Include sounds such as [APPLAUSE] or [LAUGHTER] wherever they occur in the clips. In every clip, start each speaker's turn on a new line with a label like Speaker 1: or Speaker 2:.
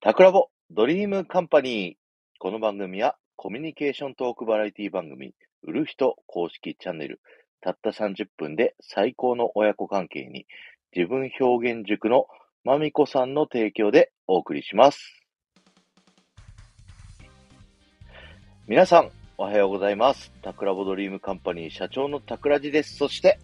Speaker 1: タクラボドリームカンパニー。この番組はコミュニケーショントークバラエティ番組、売る人公式チャンネル、たった30分で最高の親子関係に、自分表現塾のまみこさんの提供でお送りします。皆さん、おはようございます。タクラボドリームカンパニー社長のタクラジです。そして、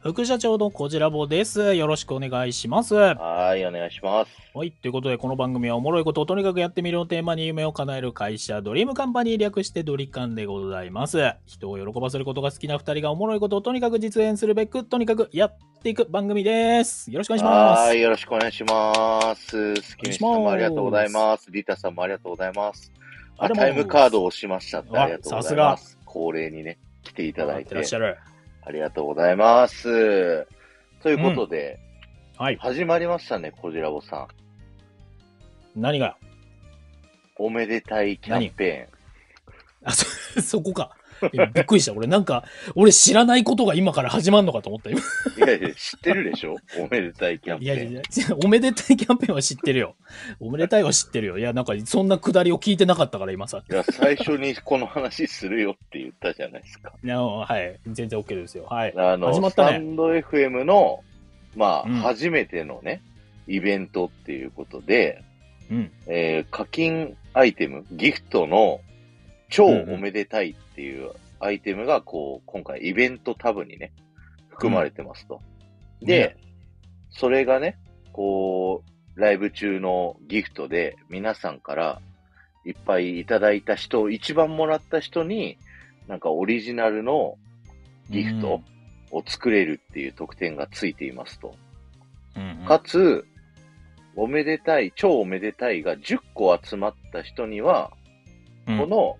Speaker 2: 副社長のこじらぼです。よろしくお願いします。は
Speaker 1: はい、お願いします。
Speaker 2: い。ということで、この番組はおもろいことをとにかくやってみるをテーマに夢を叶える会社、ドリームカンパニー略してドリカンでございます。人を喜ばせることが好きな二人がおもろいことをとにかく実演するべく、とにかくやっていく番組です。よろしくお願いしま
Speaker 1: は
Speaker 2: す
Speaker 1: い、。よろしくお願いします。スキミスさんもありがとうござい
Speaker 2: お願
Speaker 1: ます。リタさんもありがとうございます。
Speaker 2: あ
Speaker 1: あ、
Speaker 2: でも
Speaker 1: タイムカードを押しましたって
Speaker 2: あ
Speaker 1: ありがとうございま
Speaker 2: さ
Speaker 1: す。恒例にね、来ていただい
Speaker 2: って
Speaker 1: て
Speaker 2: らっしゃる。
Speaker 1: ありがとうございます。ということで、
Speaker 2: はい。
Speaker 1: 始まりましたね、こじらぼさん。
Speaker 2: 何が
Speaker 1: おめでたいキャンペ
Speaker 2: あ、そ、そこか。今びっくりした。俺なんか、俺知らないことが今から始まるのかと思った。今
Speaker 1: ーン。いやいや、知ってるでしょおめでたいキャンペ
Speaker 2: いや
Speaker 1: ーン。
Speaker 2: いやいや、おめでたいキャンペーンは知っ
Speaker 1: [LAUGHS]
Speaker 2: てるよ。おめでたいは知ってるよ。いや、なんかそんなくだりを聞いてなかったから、今さ。
Speaker 1: いや、最初にこの話するよって言ったじゃないですか。
Speaker 2: いやはい。全然 OK ですよ。はい。
Speaker 1: あの、
Speaker 2: 始まっ
Speaker 1: ス
Speaker 2: たね
Speaker 1: タンド FM の、まあ、
Speaker 2: うん
Speaker 1: 初めてのね、イベントっていうことで、
Speaker 2: うん。
Speaker 1: えー課金アイテム、ギフトの超
Speaker 2: うんうん
Speaker 1: おめでたいっていうアイテムが、こう、今回イベントタブにね、含まれてますと。で、それがね、こう、ライブ中のギフトで皆さんからいっぱいいただいた人、一番もらった人に、なんかオリジナルのギフトを作れるっていう特典がついていますと。
Speaker 2: うん、うんうん
Speaker 1: かつ、おめでたい、超おめでたいが10個集まった人には、
Speaker 2: うん
Speaker 1: この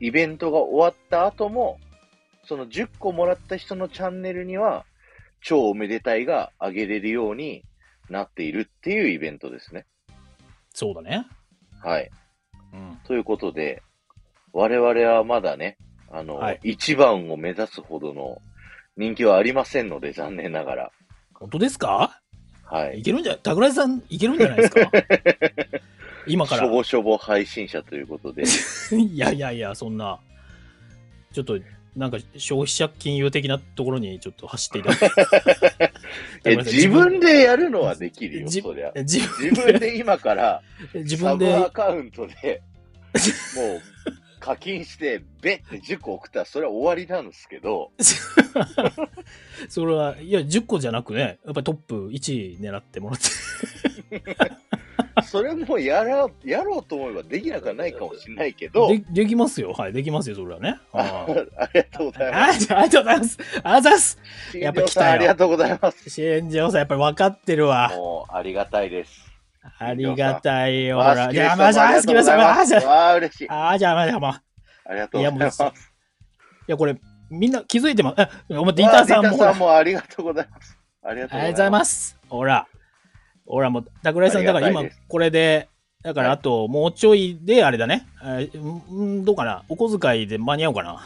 Speaker 1: イベントが終わった後も、その10個もらった人のチャンネルには、超おめでたいがあげれるようになっているっていうイベントですね。
Speaker 2: そうだね。
Speaker 1: はい。
Speaker 2: うん。
Speaker 1: ということで、我々はまだね、あの、
Speaker 2: はい
Speaker 1: 一番を目指すほどの人気はありませんので、残念ながら。
Speaker 2: 本当ですか
Speaker 1: はいい。
Speaker 2: けるんじゃ、桜井さん、いけるんじゃないです
Speaker 1: [LAUGHS]
Speaker 2: か今か
Speaker 1: しょ
Speaker 2: ら。
Speaker 1: ぼしょぼ配信者ということ
Speaker 2: [LAUGHS]
Speaker 1: で。
Speaker 2: いやいやいや、そんな。ちょっと、なんか消費者金融的なところにちょっと走っていただいて
Speaker 1: [LAUGHS] え、自分でやるのはできるよ、
Speaker 2: じ
Speaker 1: そりゃ。
Speaker 2: 自分
Speaker 1: 自分で今から、
Speaker 2: 自
Speaker 1: サ
Speaker 2: 分
Speaker 1: ブア
Speaker 2: で、
Speaker 1: カウントで、もう、課金して、べって10個送ったら、それは終わりなんですけ
Speaker 2: [LAUGHS]
Speaker 1: ど、
Speaker 2: それは、いや、10個じゃなくね、やっぱりトップ1位狙ってもらって。
Speaker 1: それもやら、やろうと思えばできなくはないかもしれないけど、
Speaker 2: でできますよ。はい、できますよ、それ
Speaker 1: [LAUGHS]
Speaker 2: はね。
Speaker 1: あ
Speaker 2: はい
Speaker 1: ありがとうございま
Speaker 2: あ
Speaker 1: す。
Speaker 2: じゃあありがとうございます。あざっす。やっぱ来た
Speaker 1: 新庄さん
Speaker 2: よ
Speaker 1: ありがとうございます。
Speaker 2: 新庄さん、やっぱり分かってるわ。
Speaker 1: もう、ありがたいです。
Speaker 2: ありがたいよ。ほ
Speaker 1: わあ
Speaker 2: ら。じゃあ、
Speaker 1: 好きで
Speaker 2: ま
Speaker 1: し
Speaker 2: じ
Speaker 1: た
Speaker 2: ゃあ、
Speaker 1: あ
Speaker 2: 好
Speaker 1: りがとうご
Speaker 2: きまし
Speaker 1: ざいま
Speaker 2: た。あーじ
Speaker 1: す。
Speaker 2: ゃ
Speaker 1: わあ、嬉しい。あ
Speaker 2: あ、あーじゃあ、まじゃあ、まあ。
Speaker 1: りがとうございます。
Speaker 2: いやもいや、これ、みんな気づいてます。え、お前、ディー
Speaker 1: わ
Speaker 2: タ
Speaker 1: あ
Speaker 2: ーさんも。
Speaker 1: リ
Speaker 2: ほらあ
Speaker 1: さんもありがとうございます。ありがとう
Speaker 2: りがと
Speaker 1: ご
Speaker 2: うござ
Speaker 1: ざい
Speaker 2: い
Speaker 1: ます
Speaker 2: ま。す。ほら。ほら、もう、桜井さ
Speaker 1: あ
Speaker 2: ん、
Speaker 1: りが
Speaker 2: だ
Speaker 1: た
Speaker 2: か
Speaker 1: い
Speaker 2: ら今
Speaker 1: です、
Speaker 2: これで、だから、あと、もうちょいで、あれだね。えーうんうん、どうかな。お小遣いで間に合うかな。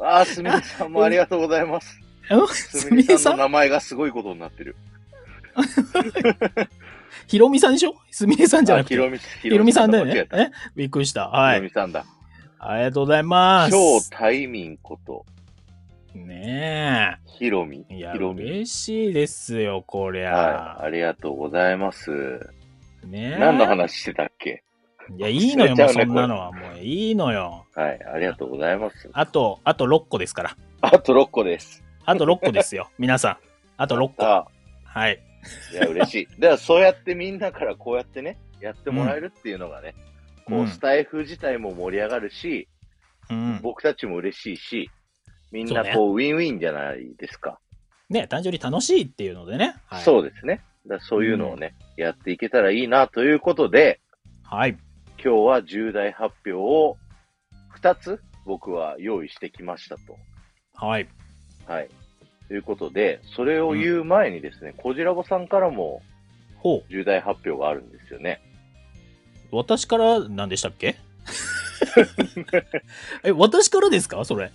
Speaker 1: あー、すみれさんもありがとうございます。
Speaker 2: うん
Speaker 1: す
Speaker 2: す
Speaker 1: み
Speaker 2: み
Speaker 1: れ
Speaker 2: れ
Speaker 1: さ
Speaker 2: さ
Speaker 1: んの
Speaker 2: ん
Speaker 1: 名前がすごいことになってる。
Speaker 2: ひろみさんでしょすみれさんじゃ
Speaker 1: あ、
Speaker 2: な
Speaker 1: ひ
Speaker 2: くて。
Speaker 1: ろみ、ひ
Speaker 2: ひろみさんだよ
Speaker 1: 間違え
Speaker 2: ね。
Speaker 1: た
Speaker 2: えびっくりした。は
Speaker 1: ひろ
Speaker 2: い。
Speaker 1: みさんだ。
Speaker 2: ありがとうございます。
Speaker 1: 超タイミンこと、
Speaker 2: ね
Speaker 1: ひろみ。
Speaker 2: え。い
Speaker 1: ひ
Speaker 2: や、
Speaker 1: ろみ。
Speaker 2: 嬉しいですよ、こり
Speaker 1: はい。
Speaker 2: ゃ。
Speaker 1: ありがとうございます。
Speaker 2: ねえ。
Speaker 1: 何の話してたっけ
Speaker 2: いや、いいのよ、
Speaker 1: 忘れちゃう
Speaker 2: もう
Speaker 1: ね
Speaker 2: そんなのは。もういいのよ。
Speaker 1: はい。ありがとうございます。
Speaker 2: あと、あと6個ですから。
Speaker 1: あと6個です。
Speaker 2: あと6個です
Speaker 1: [LAUGHS]
Speaker 2: よ、皆さん。あと6個。
Speaker 1: あ
Speaker 2: はい。
Speaker 1: いや、嬉しい。 [LAUGHS] だからそうやってみんなからこうやってね、やってもらえるっていうのがね、こ
Speaker 2: う
Speaker 1: う、
Speaker 2: ん
Speaker 1: スタイフ自体も盛り上がるし、
Speaker 2: うん。
Speaker 1: 僕たちも嬉しいし、みん
Speaker 2: そう
Speaker 1: な
Speaker 2: ね
Speaker 1: こう、ウィンウィンじゃないですか。
Speaker 2: ね、単純に楽しいっていうのでね。はい。
Speaker 1: そうですね。だからそういうのをね、やっていけたらいいなということで、
Speaker 2: はい。
Speaker 1: 今日は重大発表を2つ僕は用意してきましたと。
Speaker 2: はい。
Speaker 1: はい。ということで、それを言う前にですね、こじらぼさんからも
Speaker 2: ほ
Speaker 1: 重大発表があるんですよね。
Speaker 2: う。私から何でしたっけ
Speaker 1: [LAUGHS]
Speaker 2: [LAUGHS] え、私からですかそれ。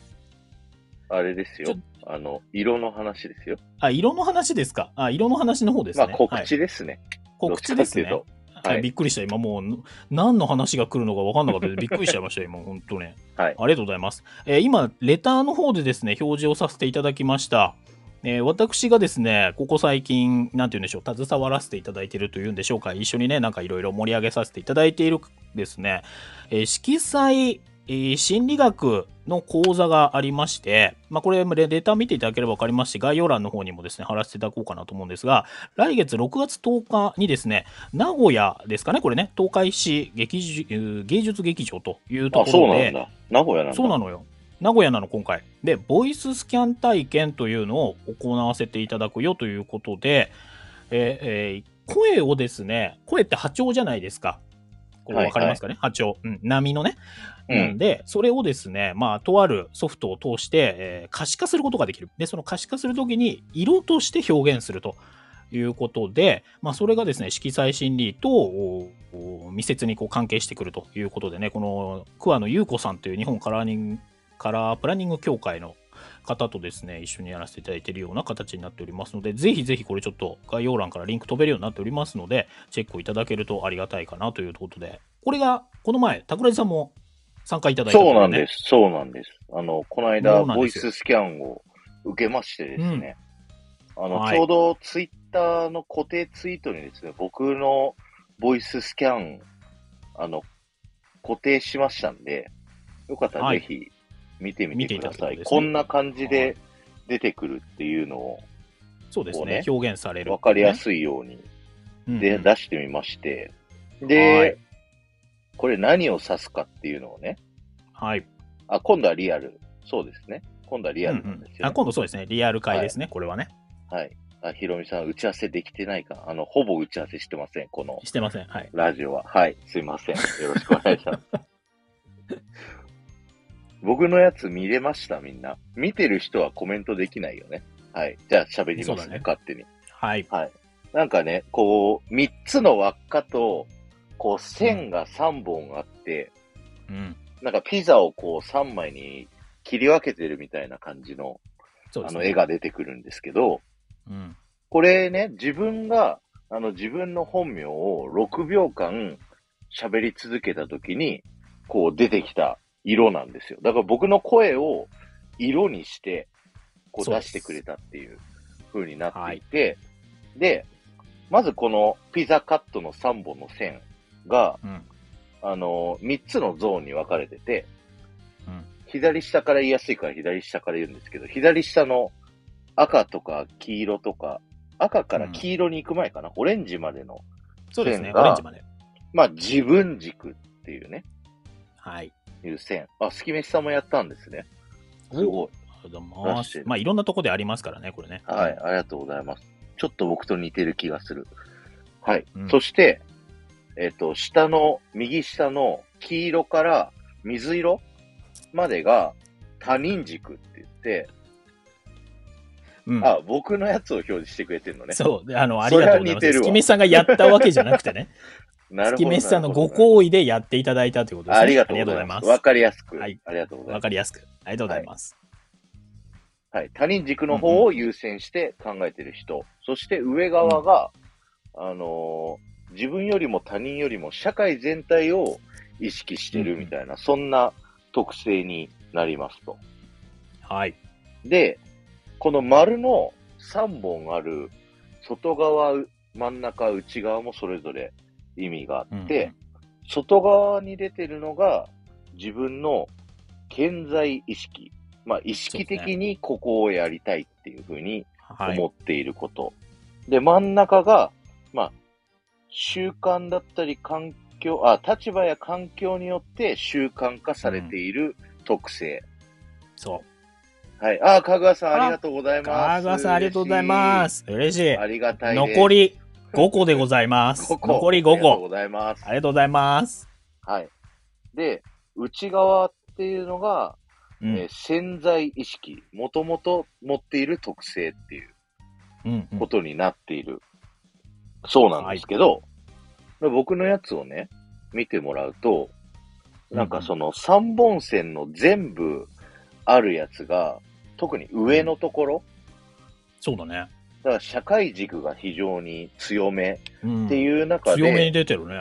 Speaker 1: あれですよ
Speaker 2: ち。
Speaker 1: あの、色の話ですよ。
Speaker 2: あ、色の話ですかあ、色の話の方です
Speaker 1: まあ、
Speaker 2: ね。
Speaker 1: 告
Speaker 2: はい
Speaker 1: 知ですね。
Speaker 2: 告知です
Speaker 1: どっ
Speaker 2: ね
Speaker 1: ち。はい
Speaker 2: びっくりした。今もう、何の話が来るのか分かんなか
Speaker 1: [LAUGHS]
Speaker 2: ったです。びっくりしちゃいました、今。本当ね。
Speaker 1: はい
Speaker 2: ありがとうございます。えー今、レターの方でですね、表示をさせていただきました。えー私がですね、ここ最近、なんて言うんでしょう、携わらせていただいているというんでしょうか、一緒にね、なんかいろいろ盛り上げさせていただいているですね、えー色彩、えー心理学の講座がありまして、まあ、これ、レレター見ていただければ分かりますし、概要欄の方にもですね、貼らせていただこうかなと思うんですが、来月6月10日にですね、名古屋ですかね、これね、東海市劇じえー芸術劇場というと
Speaker 1: あ、
Speaker 2: こ
Speaker 1: そう
Speaker 2: ろ
Speaker 1: な
Speaker 2: で
Speaker 1: ん、だ。名古屋なんだ。
Speaker 2: そうなのよ。名古屋なの、今回。で、ボイススキャン体験というのを行わせていただくよということで、えーえー声をですね、声って波長じゃないですか。これ
Speaker 1: はい
Speaker 2: 分かりますかね、波長。うん、波のね。
Speaker 1: うん
Speaker 2: なんで、それをですね、まあ、とあるソフトを通して、えー可視化することができる。で、その可視化するときに、色として表現するということで、まあ、それがですね、色彩心理と、おお密接にこう関係してくるということでね、この桑野優子さんという日本カラーニングカラープランニング協会の方とですね、一緒にやらせていただいているような形になっておりますので、ぜひぜひこれちょっと概要欄からリンク飛べるようになっておりますので、チェックをいただけるとありがたいかなということで、これがこの前、桜井さんも参加いただいたと
Speaker 1: そ
Speaker 2: いうね
Speaker 1: なんです。そうなんです。あの、この間、
Speaker 2: そうなん
Speaker 1: ボ
Speaker 2: で
Speaker 1: イ
Speaker 2: すよ
Speaker 1: ススキャンを受けましてですね、あの、
Speaker 2: はい
Speaker 1: ちょうどツイッターの固定ツイートにですね、僕のボイススキャン、あの、固定しましたんで、よかったら
Speaker 2: はい
Speaker 1: ぜひ見てみ
Speaker 2: 見
Speaker 1: て
Speaker 2: てい
Speaker 1: くだ
Speaker 2: ただくと
Speaker 1: さい。
Speaker 2: ですね
Speaker 1: こんな感じ
Speaker 2: は
Speaker 1: で
Speaker 2: い
Speaker 1: 出てくるっていうのを
Speaker 2: そうですね
Speaker 1: こうね
Speaker 2: 表現される、
Speaker 1: わかりや
Speaker 2: い。
Speaker 1: すいように
Speaker 2: うんうん
Speaker 1: で、出してみまして、
Speaker 2: は
Speaker 1: で
Speaker 2: い、
Speaker 1: これ何を指すかっていうのをね、
Speaker 2: はい。
Speaker 1: あ、今度はリアル。そうですね。今度はリア
Speaker 2: うんう
Speaker 1: ルなん
Speaker 2: ん
Speaker 1: ですよね、
Speaker 2: あ今度そうですね、リアル会ですね、これはね。
Speaker 1: はい。あ、ひろみさん、打ち合わせできてないかあの、ほぼ打ち合わせしてません、この
Speaker 2: してません。はい。
Speaker 1: ラジオは。はい、すいません。よろしくお願いします。 [LAUGHS] 僕のやつ見れました、みんな。見てる人はコメントできないよね。はい。じゃあ喋り
Speaker 2: そう
Speaker 1: ま
Speaker 2: だ
Speaker 1: すね、
Speaker 2: ね
Speaker 1: 勝手に。
Speaker 2: はい。
Speaker 1: なんかね、こう、3つの輪っかと、こう、線が3本あって、
Speaker 2: うん。
Speaker 1: なんかピザをこう3枚に切り分けてるみたいな感じの、
Speaker 2: そうで
Speaker 1: あ
Speaker 2: す
Speaker 1: の
Speaker 2: ね。
Speaker 1: 絵が出てくるんですけど、
Speaker 2: うん。
Speaker 1: これね、自分が、あの、自分の本名を6秒間喋り続けたときに、こう出てきた色なんですよ。だから僕の声を色にして、こう
Speaker 2: そう
Speaker 1: 出
Speaker 2: です
Speaker 1: してくれたっていう風になっていて、で、まずこのピザカットの3本の線が、
Speaker 2: うん。
Speaker 1: あの、3つのゾーンに分かれてて、
Speaker 2: うん。
Speaker 1: 左下から言いやすいから左下から言うんですけど、左下の赤とか黄色とか、赤から黄色に行く前かな、オレンジまでの、
Speaker 2: そうですね、
Speaker 1: 線
Speaker 2: オ
Speaker 1: が
Speaker 2: レンジまで。
Speaker 1: まあ自分軸っていうね、
Speaker 2: はい。
Speaker 1: いう線。あ、スキメシさんもやったんですね。
Speaker 2: お
Speaker 1: すごい。
Speaker 2: ありがとうございま
Speaker 1: 出して
Speaker 2: す
Speaker 1: る
Speaker 2: まあ、いろんなとこでありますからね、これね。
Speaker 1: はい、ありがとうございます。ちょっと僕と似てる気がする。はい。
Speaker 2: うん
Speaker 1: そして、えっ、と、下の、右下の黄色から水色までが他人軸って言って、
Speaker 2: うん。
Speaker 1: あ、僕のやつを表示してくれてるのね。
Speaker 2: そう、であの、ありがとうござ
Speaker 1: それ
Speaker 2: い
Speaker 1: は似
Speaker 2: ま
Speaker 1: て
Speaker 2: す。
Speaker 1: るわ
Speaker 2: 月飯さんがやったわけじゃなくてね、
Speaker 1: [LAUGHS] なるほ
Speaker 2: 月
Speaker 1: ど。
Speaker 2: 飯さんのご
Speaker 1: なるほど
Speaker 2: 好意でやっていただいたということですね。
Speaker 1: ありがとうございます。わ
Speaker 2: わか
Speaker 1: かりやすく。
Speaker 2: はい
Speaker 1: ありがとうございます。
Speaker 2: りやすく。ありがとうございます。
Speaker 1: はい。他人軸の方を優先して考えてる人。そして上側が、あのー自分よりも他人よりも社会全体を意識してるみたいな、そんな特性になりますと。
Speaker 2: はい。
Speaker 1: で、この丸の3本ある外側、真ん中、内側もそれぞれ意味があって、外側に出てるのが自分の健在意識。まあ、意識的にここをやりたいっていうふうに
Speaker 2: はい。
Speaker 1: 思っていること。で、真ん中が、まあ、習慣だったり環境、あ、立場や環境によって習慣化されている特性。
Speaker 2: そう。
Speaker 1: はい。あ、かぐわさん
Speaker 2: あ
Speaker 1: ありがとうございます。。
Speaker 2: 川川さん、ありがとうございますす。嬉しい。
Speaker 1: ありがたいです。
Speaker 2: 残り5個でございます。
Speaker 1: 5個。
Speaker 2: 残り
Speaker 1: あ
Speaker 2: 5
Speaker 1: りがとうご
Speaker 2: 個。
Speaker 1: ざいます
Speaker 2: あ。りがとうございます。
Speaker 1: はい。で、内側っていうのが、え
Speaker 2: う
Speaker 1: ー
Speaker 2: ん。
Speaker 1: 潜在意識、もともと持っている特性っていう
Speaker 2: うん。うん
Speaker 1: ことになっている、そうなんですけど、で僕のやつをね、見てもらうと、なんかその3本線の全部あるやつが、特に上のところ
Speaker 2: そうだね。
Speaker 1: だから社会軸が非常に強め
Speaker 2: うん
Speaker 1: っていう中
Speaker 2: 強め
Speaker 1: で
Speaker 2: に、出てるね。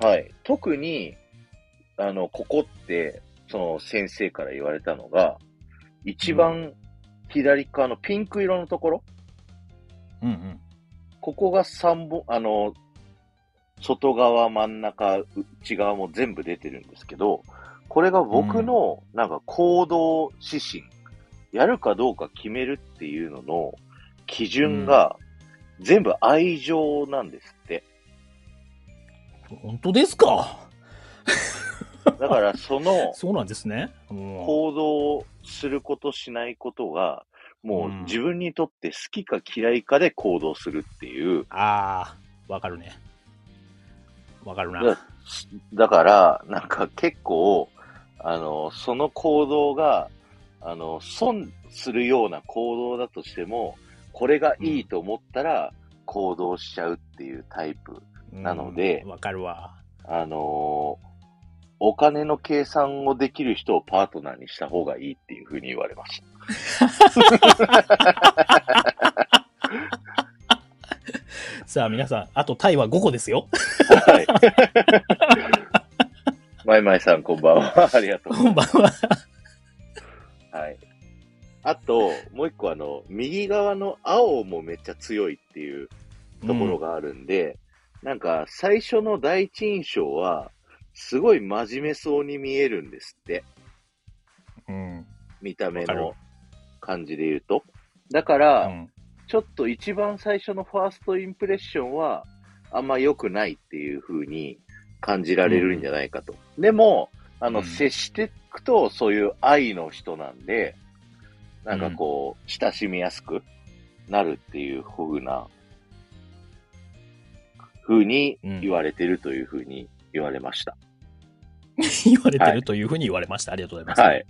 Speaker 1: はい、特に、あの、ここって、その先生から言われたのが、一番左側のピンク色のところ、
Speaker 2: うんうん。
Speaker 1: ここが三本、あの、外側、真ん中、内側も全部出てるんですけど、これが僕の、なんか行動指針、やるかどうか決めるっていうのの基準が、全部愛情なんですって。
Speaker 2: 本当ですか
Speaker 1: だから、その
Speaker 2: そうなんですね。うん
Speaker 1: 行動することしないことが、もう
Speaker 2: うん
Speaker 1: 自分にとって好きか嫌いかで行動するっていう。
Speaker 2: ああ、わかるね。わかるな。
Speaker 1: いやだから、なんか結構、あの、その行動が、あの、損するような行動だとしても、これがいいと思ったら行動しちゃうっていうタイプ。
Speaker 2: うん
Speaker 1: なので
Speaker 2: わかるわ。
Speaker 1: あのお金の計算をできる人をパートナーにした方がいいっていうふうに言われました。
Speaker 2: さあ皆さん、あとタイは5個ですよ。
Speaker 1: はい。まいまいさん、こんばんは。 [LAUGHS] ありがとうござ
Speaker 2: こ
Speaker 1: いま
Speaker 2: んばんは。
Speaker 1: す。はい。あと、もう一個、あの、右側の青もめっちゃ強いっていうところがあるんで、なんか、最初の第一印象は、すごい真面目そうに見えるんですって。
Speaker 2: うん。うん。
Speaker 1: 見た目
Speaker 2: わかる
Speaker 1: の感じで言うと。だから、
Speaker 2: うん
Speaker 1: ちょっと一番最初のファーストインプレッションは、あんま良くないっていう風に感じられるんじゃないかと。でも、あの、
Speaker 2: うん
Speaker 1: 接していくと、そういう愛の人なんで、なんかこう、親しみやすくなるっていう風な、風に言われてるという風に言われました。
Speaker 2: [LAUGHS] 言われて
Speaker 1: は
Speaker 2: るというふうに言われました。ありがとうございます。
Speaker 1: はい。。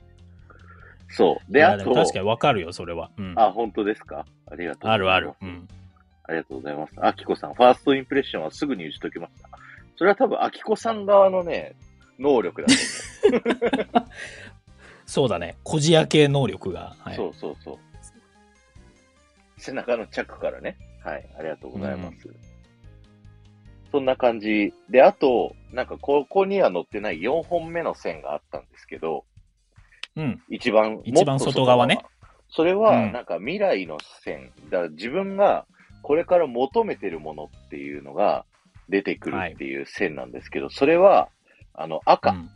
Speaker 1: そう。で、
Speaker 2: や
Speaker 1: あ
Speaker 2: で
Speaker 1: と
Speaker 2: も、確かにわかるよ、それは。うん。
Speaker 1: あ、本当ですかありがとうござ
Speaker 2: あ
Speaker 1: います。
Speaker 2: るある。うん。
Speaker 1: ありがとうございます。あきこさん、ファーストインプレッションはすぐに打ち解けました。それは多分、あきこさん側のね、能力だと
Speaker 2: そうだね。こじ開け能力が。はい、
Speaker 1: 思う。そうそうそう。背中のチャックからね。はい、ありがとうございます。そんな感じ。で、あと、なんか、ここには載ってない4本目の線があったんですけど、
Speaker 2: うん。
Speaker 1: 一番、
Speaker 2: 一番
Speaker 1: もっと
Speaker 2: 外側ね。
Speaker 1: それ
Speaker 2: う
Speaker 1: は、
Speaker 2: ん
Speaker 1: なんか未来の線。だから自分がこれから求めてるものっていうのが出てくるっていう線なんですけど、それは、あの、赤、
Speaker 2: うん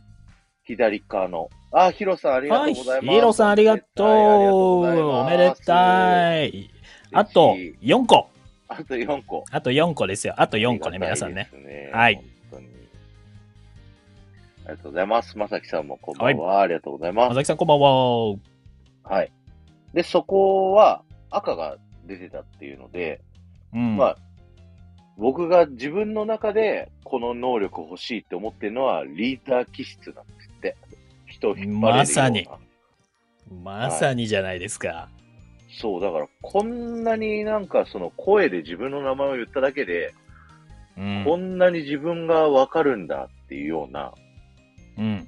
Speaker 1: 左側の。あ、ヒロさんありがとうございます。
Speaker 2: ヒーローさんありがとう。おめで
Speaker 1: い。
Speaker 2: たい。あと
Speaker 1: 嬉しい
Speaker 2: 4個。
Speaker 1: あと4個。
Speaker 2: あと4個ですよ。あと4個ね、皆さんね。
Speaker 1: ありがたいですね。
Speaker 2: はい
Speaker 1: 本当に。ありがとうございます。まさきさんもこんばんは。ありがとうございます
Speaker 2: ま。さきさん、こんばんは。
Speaker 1: はい。で、そこは赤が出てたっていうので、
Speaker 2: うん。
Speaker 1: まあ、僕が自分の中でこの能力欲しいって思ってるのはリーダー気質なんですって。人を引っ張れるような。
Speaker 2: まさにまさにじゃないですか。
Speaker 1: そう、だからこんなになんかその声で自分の名前を言っただけで、
Speaker 2: うん。
Speaker 1: こんなに自分がわかるんだっていうような
Speaker 2: うん。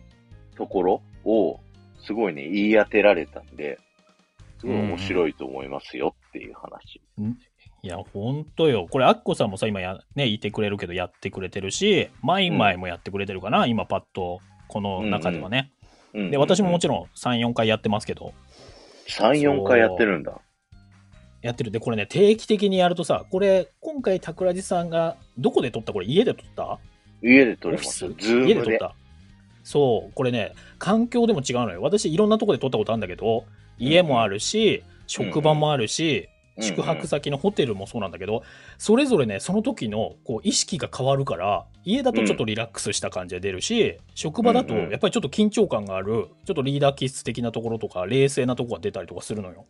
Speaker 1: ところを、すごいね、言い当てられたんで、すごい面白いと思いますよっていう話。
Speaker 2: いや、ほんとよ。これ、アッコさんもさ、今や、ね、いてくれるけど、やってくれてるし、マイマイもやってくれてるかな、今、パッと、この中ではね。で、私ももちろん、3、4回やってますけど、
Speaker 1: ろん。3、4回やってるんだ。
Speaker 2: やってる。で、これね、定期的にやるとさ、これ、今回、桜地さんが、どこで撮ったこれ、家で撮った
Speaker 1: 家で撮
Speaker 2: オ
Speaker 1: れ
Speaker 2: フ
Speaker 1: まし
Speaker 2: ィス
Speaker 1: た。ズー
Speaker 2: 家で
Speaker 1: ム
Speaker 2: 撮っ
Speaker 1: で。
Speaker 2: た。そう、これね、環境でも違うのよ。私、いろんなとこで撮ったことあるんだけど、家もあるし、職場もあるし、宿泊先のホテルもそうなんだけど、それぞれねその時のこう意識が変わるから家だとちょっとリラックスした感じが出るし、職場だと
Speaker 1: うんうん
Speaker 2: やっぱりちょっと緊張感があるちょっとリーダー気質的なところとか冷静なところが出たりとかするのよ。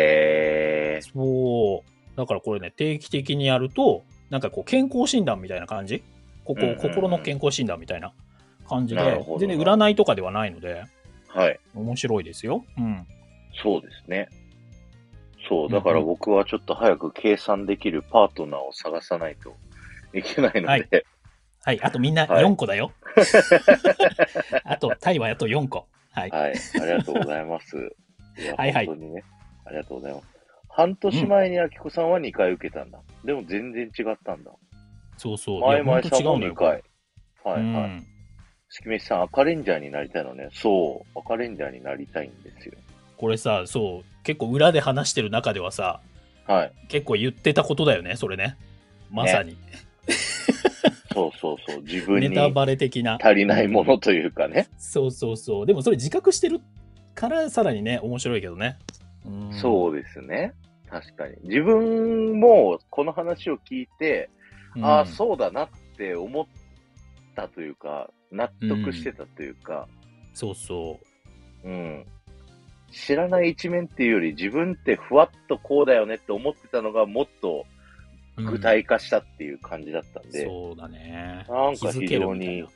Speaker 1: へ
Speaker 2: そうだからこれね定期的にやるとなんかこう健康診断みたいな感じここ、
Speaker 1: うんうんうん
Speaker 2: 心の健康診断みたいな感じ
Speaker 1: なる
Speaker 2: で
Speaker 1: ほど
Speaker 2: 全然占いとかではないので
Speaker 1: ー。はい。
Speaker 2: 面白いですよ。うん、
Speaker 1: そうですね。そうう、
Speaker 2: ん
Speaker 1: だから僕はちょっと早く計算できるパートナーを探さないといけないので、
Speaker 2: はいはいあとみんな
Speaker 1: はい
Speaker 2: 4個
Speaker 1: [LAUGHS]
Speaker 2: だよ。あとタイはあと4個。はい
Speaker 1: はい、ありがとうございます。いや
Speaker 2: [LAUGHS] はいはい
Speaker 1: 本当にね、ありがとうございます。半年前にあきこさんは2回受けたんだ。でも全然違ったんだ。
Speaker 2: そうそう。
Speaker 1: 前
Speaker 2: いや
Speaker 1: 々さんも
Speaker 2: ほんと違
Speaker 1: 2
Speaker 2: うんだよ
Speaker 1: 回。はいは
Speaker 2: う
Speaker 1: い。
Speaker 2: ん
Speaker 1: 月飯さん、赤レンジャーになりたいのね。そう、赤レンジャーになりたいんですよ。
Speaker 2: これさ、そう、結構裏で話してる中ではさ、
Speaker 1: はい。
Speaker 2: 結構言ってたことだよね、それね。まさに。
Speaker 1: そうそうそう。自分
Speaker 2: ネタ
Speaker 1: に
Speaker 2: バレ的な。
Speaker 1: 足りないものというかね。
Speaker 2: そうそうそう。でもそれ自覚してるから、さらにね、面白いけどね。うん
Speaker 1: そうですね。確かに。自分もこの話を聞いて、
Speaker 2: うん。
Speaker 1: ああ、そうだなって思ったというか、納得してたというか、
Speaker 2: そうそ
Speaker 1: う
Speaker 2: う。
Speaker 1: ん。知らない一面っていうより、自分ってふわっとこうだよねって思ってたのがもっと
Speaker 2: うん
Speaker 1: 具体化したっていう感じだったんで、
Speaker 2: そうだね。
Speaker 1: なんか
Speaker 2: 気づけるみたい
Speaker 1: 非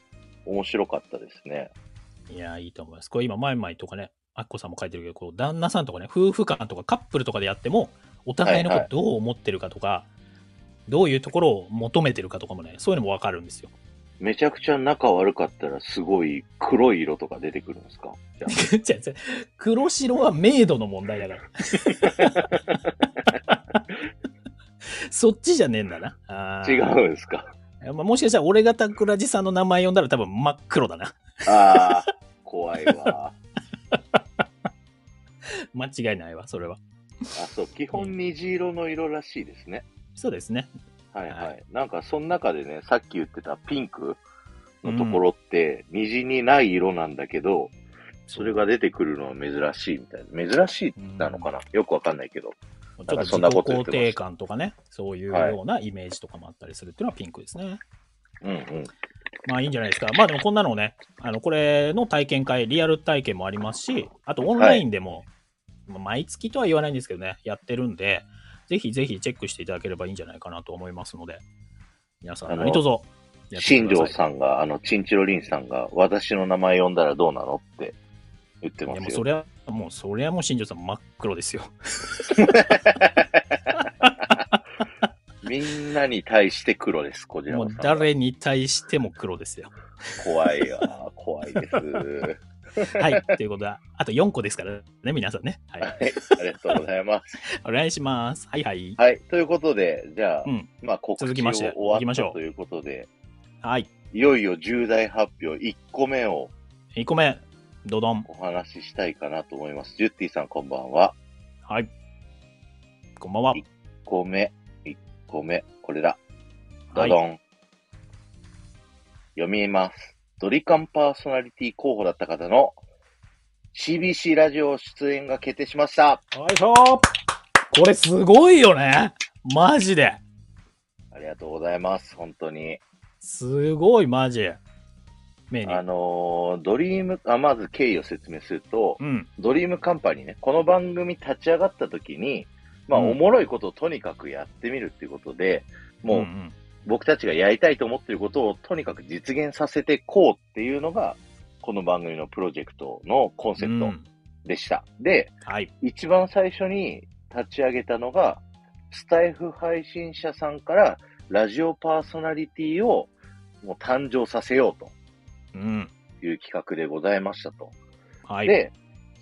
Speaker 1: 面白かったですね。
Speaker 2: ないや、いいと思います。これ今、マイマイとかね、アッコさんも書いてるけど、こう旦那さんとかね、夫婦間とかカップルとかでやっても、お互いのこ
Speaker 1: はい
Speaker 2: と
Speaker 1: は
Speaker 2: どう思ってるかとか、どういうところを求めてるかとかもね、そういうのもわかるんですよ。 [LAUGHS]
Speaker 1: めちゃくちゃ仲悪かったらすごい黒い色とか出てくるんですかじゃあ
Speaker 2: 違う違う黒白は明度の問題だから。 [LAUGHS] そっちじゃねえんだな。 [LAUGHS] あー
Speaker 1: 違うんですか
Speaker 2: まあもしかしたら俺が桜地さんの名前呼んだら多分真っ黒だな。 [LAUGHS]
Speaker 1: ああ、怖いわ。
Speaker 2: 間違いないわ、それは。
Speaker 1: あ、そう、基本虹色の色らしいですね。
Speaker 2: そうですね。
Speaker 1: はいはい。
Speaker 2: は
Speaker 1: なんか、その中でね、さっき言ってたピンクのところって、虹にない色なんだけど、それが出てくるのは珍しいみたいな。珍しいなのかな、よくわかんないけど。
Speaker 2: ちょ
Speaker 1: な
Speaker 2: っと
Speaker 1: んか
Speaker 2: 自
Speaker 1: そ
Speaker 2: 己
Speaker 1: んなこと言ってま
Speaker 2: 肯
Speaker 1: した
Speaker 2: 定感とかね、そういうようなイメージとかもあったりするっていうのはピンクですね。
Speaker 1: うんうん。
Speaker 2: まあいいんじゃないですか。まあでもこんなのをね、あのこれの体験会、リアル体験もありますし、あとオンラインでも、まあ毎月とは言わないんですけどね、やってるんで、ぜひぜひチェックしていただければいいんじゃないかなと思いますので、皆さ
Speaker 1: あ
Speaker 2: ん
Speaker 1: の
Speaker 2: 何卒やって
Speaker 1: 新
Speaker 2: くださ
Speaker 1: 庄
Speaker 2: い。
Speaker 1: さんが、あの、チンチロリンさんが、私の名前呼んだらどうなのって言ってま
Speaker 2: いやもう
Speaker 1: す
Speaker 2: そ
Speaker 1: よ。
Speaker 2: れは、もうそれはもう新庄さん真っ黒ですよ。
Speaker 1: みんなに対して黒です、こちら
Speaker 2: も
Speaker 1: の
Speaker 2: う
Speaker 1: さんは。
Speaker 2: 誰に対しても黒ですよ。
Speaker 1: 怖いわ。怖い
Speaker 2: [LAUGHS]
Speaker 1: です。はい
Speaker 2: はい。ということは、あと4個ですからね、皆さんね。はい。
Speaker 1: ありがとうございます。
Speaker 2: お願いします。はいはい。
Speaker 1: はい、ということで、じゃあ、
Speaker 2: うん
Speaker 1: まあ告知を
Speaker 2: 続き
Speaker 1: 終
Speaker 2: まして
Speaker 1: わ
Speaker 2: 行き
Speaker 1: っ
Speaker 2: ましたょう
Speaker 1: ということで、
Speaker 2: はい。
Speaker 1: いよいよ重大発表1個目を
Speaker 2: 1個目、ドドン。
Speaker 1: お話ししたいかなと思います。ジュッティさんこんばんは。
Speaker 2: はい。こんばんは。
Speaker 1: 1個目、1個目、これだ。ド
Speaker 2: はい
Speaker 1: ドン。読みます。ドリカンパーソナリティ候補だった方の CBC ラジオ出演が決定しました。
Speaker 2: よいしょこれすごいよね。マジで。
Speaker 1: ありがとうございます。本当に。
Speaker 2: すごい、マジ。メニュ
Speaker 1: あ
Speaker 2: ー。
Speaker 1: のードリーム、あ、まず経緯を説明すると、
Speaker 2: うん。
Speaker 1: ドリームカンパニーね、この番組立ち上がった時に、まあ、
Speaker 2: うん
Speaker 1: おもろいことをとにかくやってみるっていうことで、も
Speaker 2: ん
Speaker 1: うん僕たちがやりたいと思ってることをとにかく実現させてこうっていうのが、この番組のプロジェクトのコンセプ
Speaker 2: う
Speaker 1: ト
Speaker 2: ん
Speaker 1: でした。で、
Speaker 2: はい。
Speaker 1: 一番最初に立ち上げたのが、スタイフ配信者さんからラジオパーソナリティをもう誕生させよう
Speaker 2: うん。
Speaker 1: という企画でございましたと。
Speaker 2: はい。
Speaker 1: で、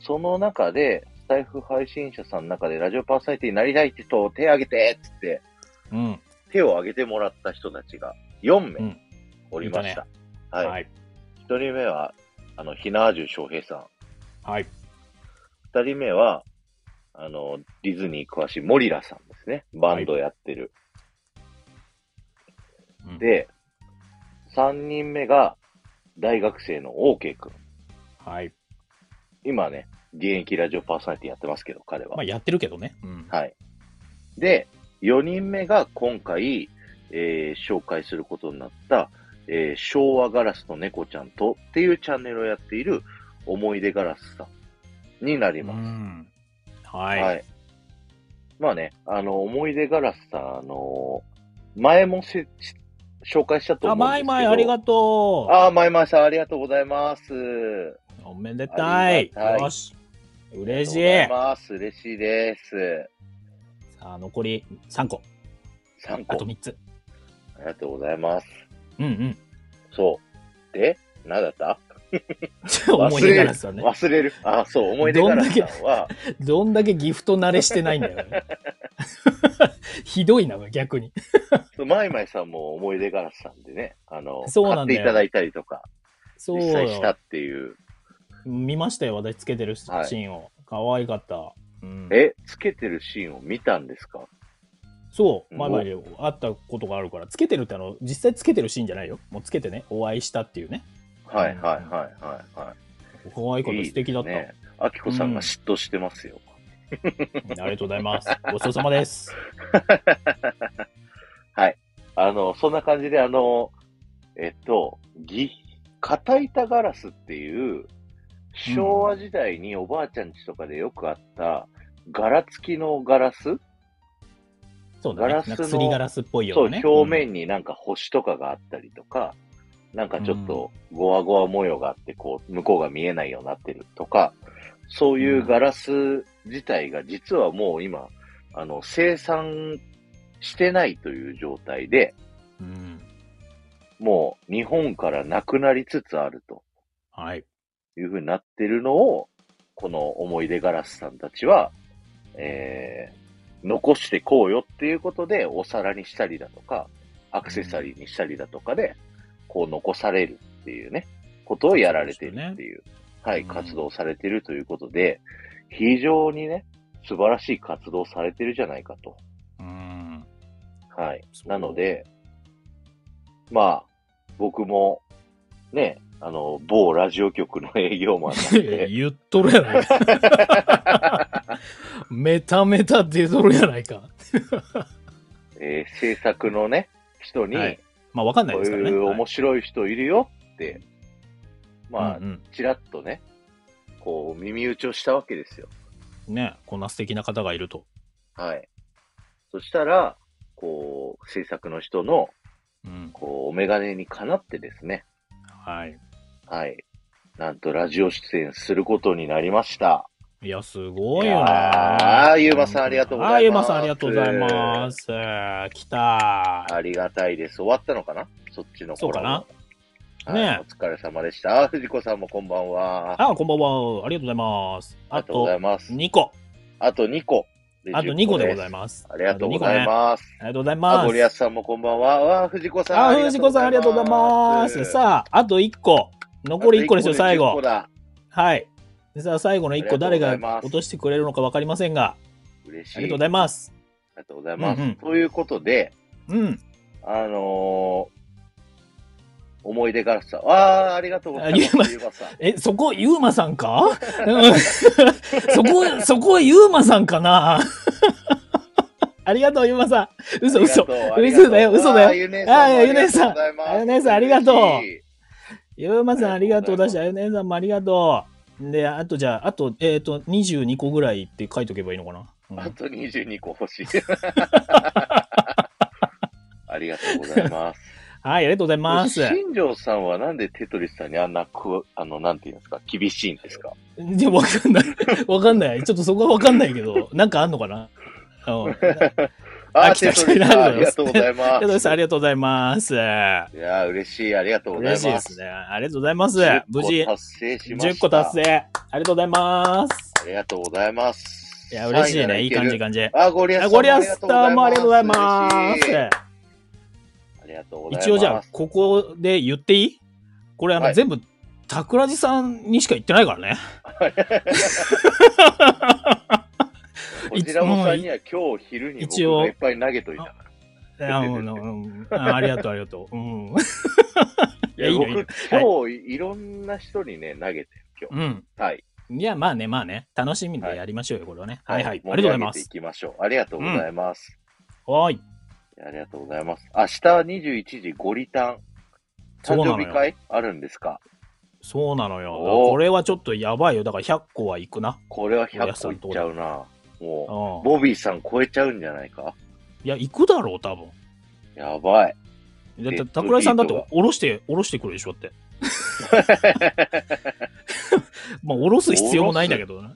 Speaker 1: その中で、スタイフ配信者さんの中で、ラジオパーソナリティになりたいって人を手を挙げてっつって、
Speaker 2: うん。
Speaker 1: 手を挙げてもらった人たちが4
Speaker 2: う
Speaker 1: 名
Speaker 2: ん
Speaker 1: おりまし
Speaker 2: いた
Speaker 1: た。はい。
Speaker 2: はい。
Speaker 1: 1人目は、あの、ひなあじゅう翔平さん。
Speaker 2: はい。
Speaker 1: 2人目は、あの、ディズニー詳しいモリラさんですね。バンドやってる。
Speaker 2: うん、
Speaker 1: で、3人目が、大学生の OK 君。
Speaker 2: はい。
Speaker 1: 今ね、現役ラジオパーソナリティやってますけど、彼は
Speaker 2: まあ、。やってるけどね。うん。
Speaker 1: はい。で、4人目が今回、えー紹介することになった、えー昭和ガラスと猫ちゃんとっていうチャンネルをやっている思い出ガラスさんになり
Speaker 2: う
Speaker 1: ます。
Speaker 2: ん。は。
Speaker 1: はいい。まあね、あの、思い出ガラスさん、あの前もせ紹介したと思
Speaker 2: あ、
Speaker 1: うんです
Speaker 2: マ
Speaker 1: けど。
Speaker 2: イマイ、あり
Speaker 1: と
Speaker 2: がと
Speaker 1: あー、まいまいさん、ありがとうございます。
Speaker 2: う。おめでた
Speaker 1: あ
Speaker 2: い
Speaker 1: り。がたい
Speaker 2: よし。
Speaker 1: ありが
Speaker 2: 嬉し
Speaker 1: とうご。
Speaker 2: い
Speaker 1: ざいます。嬉しいです。
Speaker 2: さあ、残り3個。
Speaker 1: 3個。
Speaker 2: あと
Speaker 1: あ
Speaker 2: 3つ。
Speaker 1: りがとうございます。
Speaker 2: うんうん。
Speaker 1: そう。で、何だった [LAUGHS]
Speaker 2: 思い出ガラスはね。
Speaker 1: 忘れる。あ、そう、思い出ガラスさんは、
Speaker 2: どんだけギフト慣れしてないんだよ、ね。 [LAUGHS] ひどいな、逆に。
Speaker 1: そうマイマイさんも思い出ガラスさんでね、あの、
Speaker 2: そうな
Speaker 1: 買っ
Speaker 2: ん
Speaker 1: て
Speaker 2: だ
Speaker 1: い
Speaker 2: よ
Speaker 1: ただいたりとか、
Speaker 2: そう
Speaker 1: 実際したっていう。
Speaker 2: 見ましたよ、私つけてるシーンを。可愛かった。うん、
Speaker 1: え、つけてるシーンを見たんですか
Speaker 2: そう、
Speaker 1: うん
Speaker 2: 前々に会ったことがあるから、つけてるってあの、実際つけてるシーンじゃないよ。もうつけてね、お会いしたっていうね。
Speaker 1: はいはいはいはいは
Speaker 2: 可愛かっ
Speaker 1: い。
Speaker 2: た、素敵だった。
Speaker 1: いいですね。あきこさんが嫉妬してますよ。
Speaker 2: うんありがとうございます。ごちそうさまです。
Speaker 1: あの、そんな感じで、あの、えっと、ぎ、片板ガラスっていう、昭和時代におばあちゃん家とかでよくあった、柄付きのガラス、
Speaker 2: そうだ
Speaker 1: ガ
Speaker 2: ね。な
Speaker 1: ラ
Speaker 2: ん
Speaker 1: スの
Speaker 2: かすりガラスっぽいよ
Speaker 1: そう
Speaker 2: うな、ね。
Speaker 1: 表面になんか星とかがあったりとか、なんかちょっとゴワゴワ模様があって、こう、向こうが見えないようになってるとか、そういうガラス自体が実はもう今、あの、生産してないという状態で、
Speaker 2: うん。うん。
Speaker 1: もう日本からなくなりつつあると
Speaker 2: はい。
Speaker 1: いうふうになってるのを、この思い出ガラスさんたちは、えー、残してこうよっていうことで、お皿にしたりだとか、アクセサリーにしたりだとかで、こう残されるっていうね、ことをやられてるっていう、は
Speaker 2: う
Speaker 1: い、
Speaker 2: ん
Speaker 1: 活動されてるということで、非常にね、素晴らしい活動されてるじゃないかと。
Speaker 2: うん。
Speaker 1: はい。
Speaker 2: そう
Speaker 1: なの、で、まあ、僕も、ね、あの、某ラジオ局の営業マンなん
Speaker 2: [LAUGHS]
Speaker 1: で、
Speaker 2: 言っとる
Speaker 1: [LAUGHS]
Speaker 2: やないか。メタメタ出とるやないか。
Speaker 1: えー制作のね、人に、
Speaker 2: はいまあ、わかんない
Speaker 1: こ
Speaker 2: で
Speaker 1: う
Speaker 2: すからね。
Speaker 1: いう
Speaker 2: はい
Speaker 1: 面白い人いるよって、まあ
Speaker 2: うん、うん
Speaker 1: ちらっとね、こう、耳打ちをしたわけですよ。
Speaker 2: ね、こんな素敵な方がいると。
Speaker 1: はい。そしたら、こう、制作の人の、
Speaker 2: うん。
Speaker 1: こう、お眼鏡にかなってですね、
Speaker 2: はい。
Speaker 1: はい。なんと、ラジオ出演することになりました。
Speaker 2: いや、すごい
Speaker 1: い
Speaker 2: よね。
Speaker 1: やーゆうまさんありがとうございます
Speaker 2: あーゆうまさんありがとうございます。来た
Speaker 1: ありがたいです。終わったのかなそっちの
Speaker 2: そう
Speaker 1: 頃
Speaker 2: かな
Speaker 1: はい
Speaker 2: ねえ
Speaker 1: お疲れ様でした。あ藤子さんもこんばんは。
Speaker 2: あ、こんばんは。ありがとうございます。
Speaker 1: あり
Speaker 2: あ
Speaker 1: がとうござ
Speaker 2: と
Speaker 1: います。
Speaker 2: 2個。
Speaker 1: あと2個。
Speaker 2: あと2個でござい
Speaker 1: す。
Speaker 2: ます。
Speaker 1: ありがとうございます。
Speaker 2: ありがとうござい
Speaker 1: あ、
Speaker 2: ま
Speaker 1: ゴリア
Speaker 2: す。
Speaker 1: スさんもこんばんは。わあ、藤子さん。
Speaker 2: あ、藤子さんありがとうございます。さあ、あと1個。残り1個ですよ、
Speaker 1: あと
Speaker 2: 最
Speaker 1: 一個で
Speaker 2: 後
Speaker 1: 10個。だ
Speaker 2: はい。さあ、最後の1個、
Speaker 1: あり
Speaker 2: 誰
Speaker 1: がとうござい
Speaker 2: が
Speaker 1: ます
Speaker 2: 落としてくれるのか分かりませんが、
Speaker 1: 嬉しい。
Speaker 2: ありがとうございます。
Speaker 1: ありがとうございます。
Speaker 2: うんうん
Speaker 1: ということで、
Speaker 2: うん。
Speaker 1: あのー、思い出ガラスさん。わあ、ありがとうございます。
Speaker 2: あ
Speaker 1: ゆうまさん。
Speaker 2: え、そこ、ゆうまさんか
Speaker 1: [LAUGHS]
Speaker 2: [LAUGHS] うんそこ、そこ、ゆうまさんかな [LAUGHS] ありがとう、ゆうまさん。嘘、嘘。
Speaker 1: ありがとう
Speaker 2: 嘘だよ嘘だ
Speaker 1: わ
Speaker 2: よ
Speaker 1: あゆねえさんも
Speaker 2: あゆねえさん
Speaker 1: ありがとうございます嬉
Speaker 2: あゆねえさんありがとう
Speaker 1: しい
Speaker 2: ゆうまさん、
Speaker 1: あ
Speaker 2: あ
Speaker 1: り
Speaker 2: り
Speaker 1: が
Speaker 2: が
Speaker 1: と
Speaker 2: と
Speaker 1: う
Speaker 2: う。
Speaker 1: ございます
Speaker 2: だし、あゆねえさんもありがとう。で、あと、じゃあ、あと、えっ、と、22個ぐらいって書いとけばいいのかな、うん
Speaker 1: あと22個欲
Speaker 2: [LAUGHS]
Speaker 1: しい。ありがとうございます。
Speaker 2: はい、ありがとうございます。
Speaker 1: 新庄さんはなんでテトリスさんにあんなく、あの、なんていうんですか、厳しいんですか
Speaker 2: でわか [LAUGHS] んない。わかんない。ちょっとそこはわかんないけど、なんかあんのかな
Speaker 1: [LAUGHS]
Speaker 2: うん。
Speaker 1: あー、
Speaker 2: あ来
Speaker 1: テ
Speaker 2: た
Speaker 1: トリスさん、ありが
Speaker 2: 来
Speaker 1: と
Speaker 2: た
Speaker 1: うござい
Speaker 2: あ
Speaker 1: ま。
Speaker 2: りがとうございますす。ありがとうございます。
Speaker 1: いやー、嬉しい。ありがとうござい
Speaker 2: 嬉しいで
Speaker 1: ますす。
Speaker 2: ね。ありがとうございます。
Speaker 1: 10
Speaker 2: 無事
Speaker 1: 個、達成しました。
Speaker 2: 10個達成。ありがとうございます。
Speaker 1: ありがとうございます。
Speaker 2: いや、嬉しいね。いい感じ、いい
Speaker 1: が。
Speaker 2: 感じ。
Speaker 1: あー、ゴリアスさ
Speaker 2: あ
Speaker 1: ん
Speaker 2: ゴリアスターもありがとうございま
Speaker 1: 嬉しいあ
Speaker 2: す。
Speaker 1: りがとうございます。
Speaker 2: 一応じゃあ、ここで言っていいこれ、あの、
Speaker 1: はい
Speaker 2: 全部、桜地さんにしか言ってないから
Speaker 1: [LAUGHS]
Speaker 2: ね。
Speaker 1: こちらもさんには今日昼に僕
Speaker 2: 一応
Speaker 1: がいっぱい投げといた。
Speaker 2: あうんうんあありがとう、ありがと
Speaker 1: [LAUGHS]
Speaker 2: う。うん。い
Speaker 1: いや、
Speaker 2: の
Speaker 1: 僕、
Speaker 2: の
Speaker 1: 今日、い、ろんな人にね、投げてる、今日。
Speaker 2: うん。
Speaker 1: はい。
Speaker 2: いや、まあね、まあね。楽しみでやりましょうよ、これはね。はいはい。ありが
Speaker 1: 盛
Speaker 2: とう
Speaker 1: り
Speaker 2: ござ
Speaker 1: 上
Speaker 2: い
Speaker 1: げ
Speaker 2: ま
Speaker 1: てい
Speaker 2: す。
Speaker 1: きましょう。ありがとうございます。
Speaker 2: はーい。
Speaker 1: ありがとうございます。明日21時、ゴリタン。
Speaker 2: そう
Speaker 1: 誕
Speaker 2: な
Speaker 1: 生
Speaker 2: の
Speaker 1: 日
Speaker 2: よ
Speaker 1: 会あるんですか
Speaker 2: そうなのよ。
Speaker 1: おー
Speaker 2: だからこれはちょっとやばいよ。だから100個は行くな。
Speaker 1: これは100
Speaker 2: お
Speaker 1: 個
Speaker 2: や
Speaker 1: い
Speaker 2: さん
Speaker 1: っちゃうな。
Speaker 2: う
Speaker 1: もう、
Speaker 2: ん。
Speaker 1: ボビーさん超えちゃうんじゃないか
Speaker 2: いや、行くだろう、多分。
Speaker 1: やばい。
Speaker 2: だ
Speaker 1: デッ
Speaker 2: って、
Speaker 1: ド
Speaker 2: 桜井さんだって
Speaker 1: ヒートが、
Speaker 2: 下ろして、下ろしてくるでし
Speaker 1: [LAUGHS]
Speaker 2: ょって。まあ、下ろす必要もないんだけどな。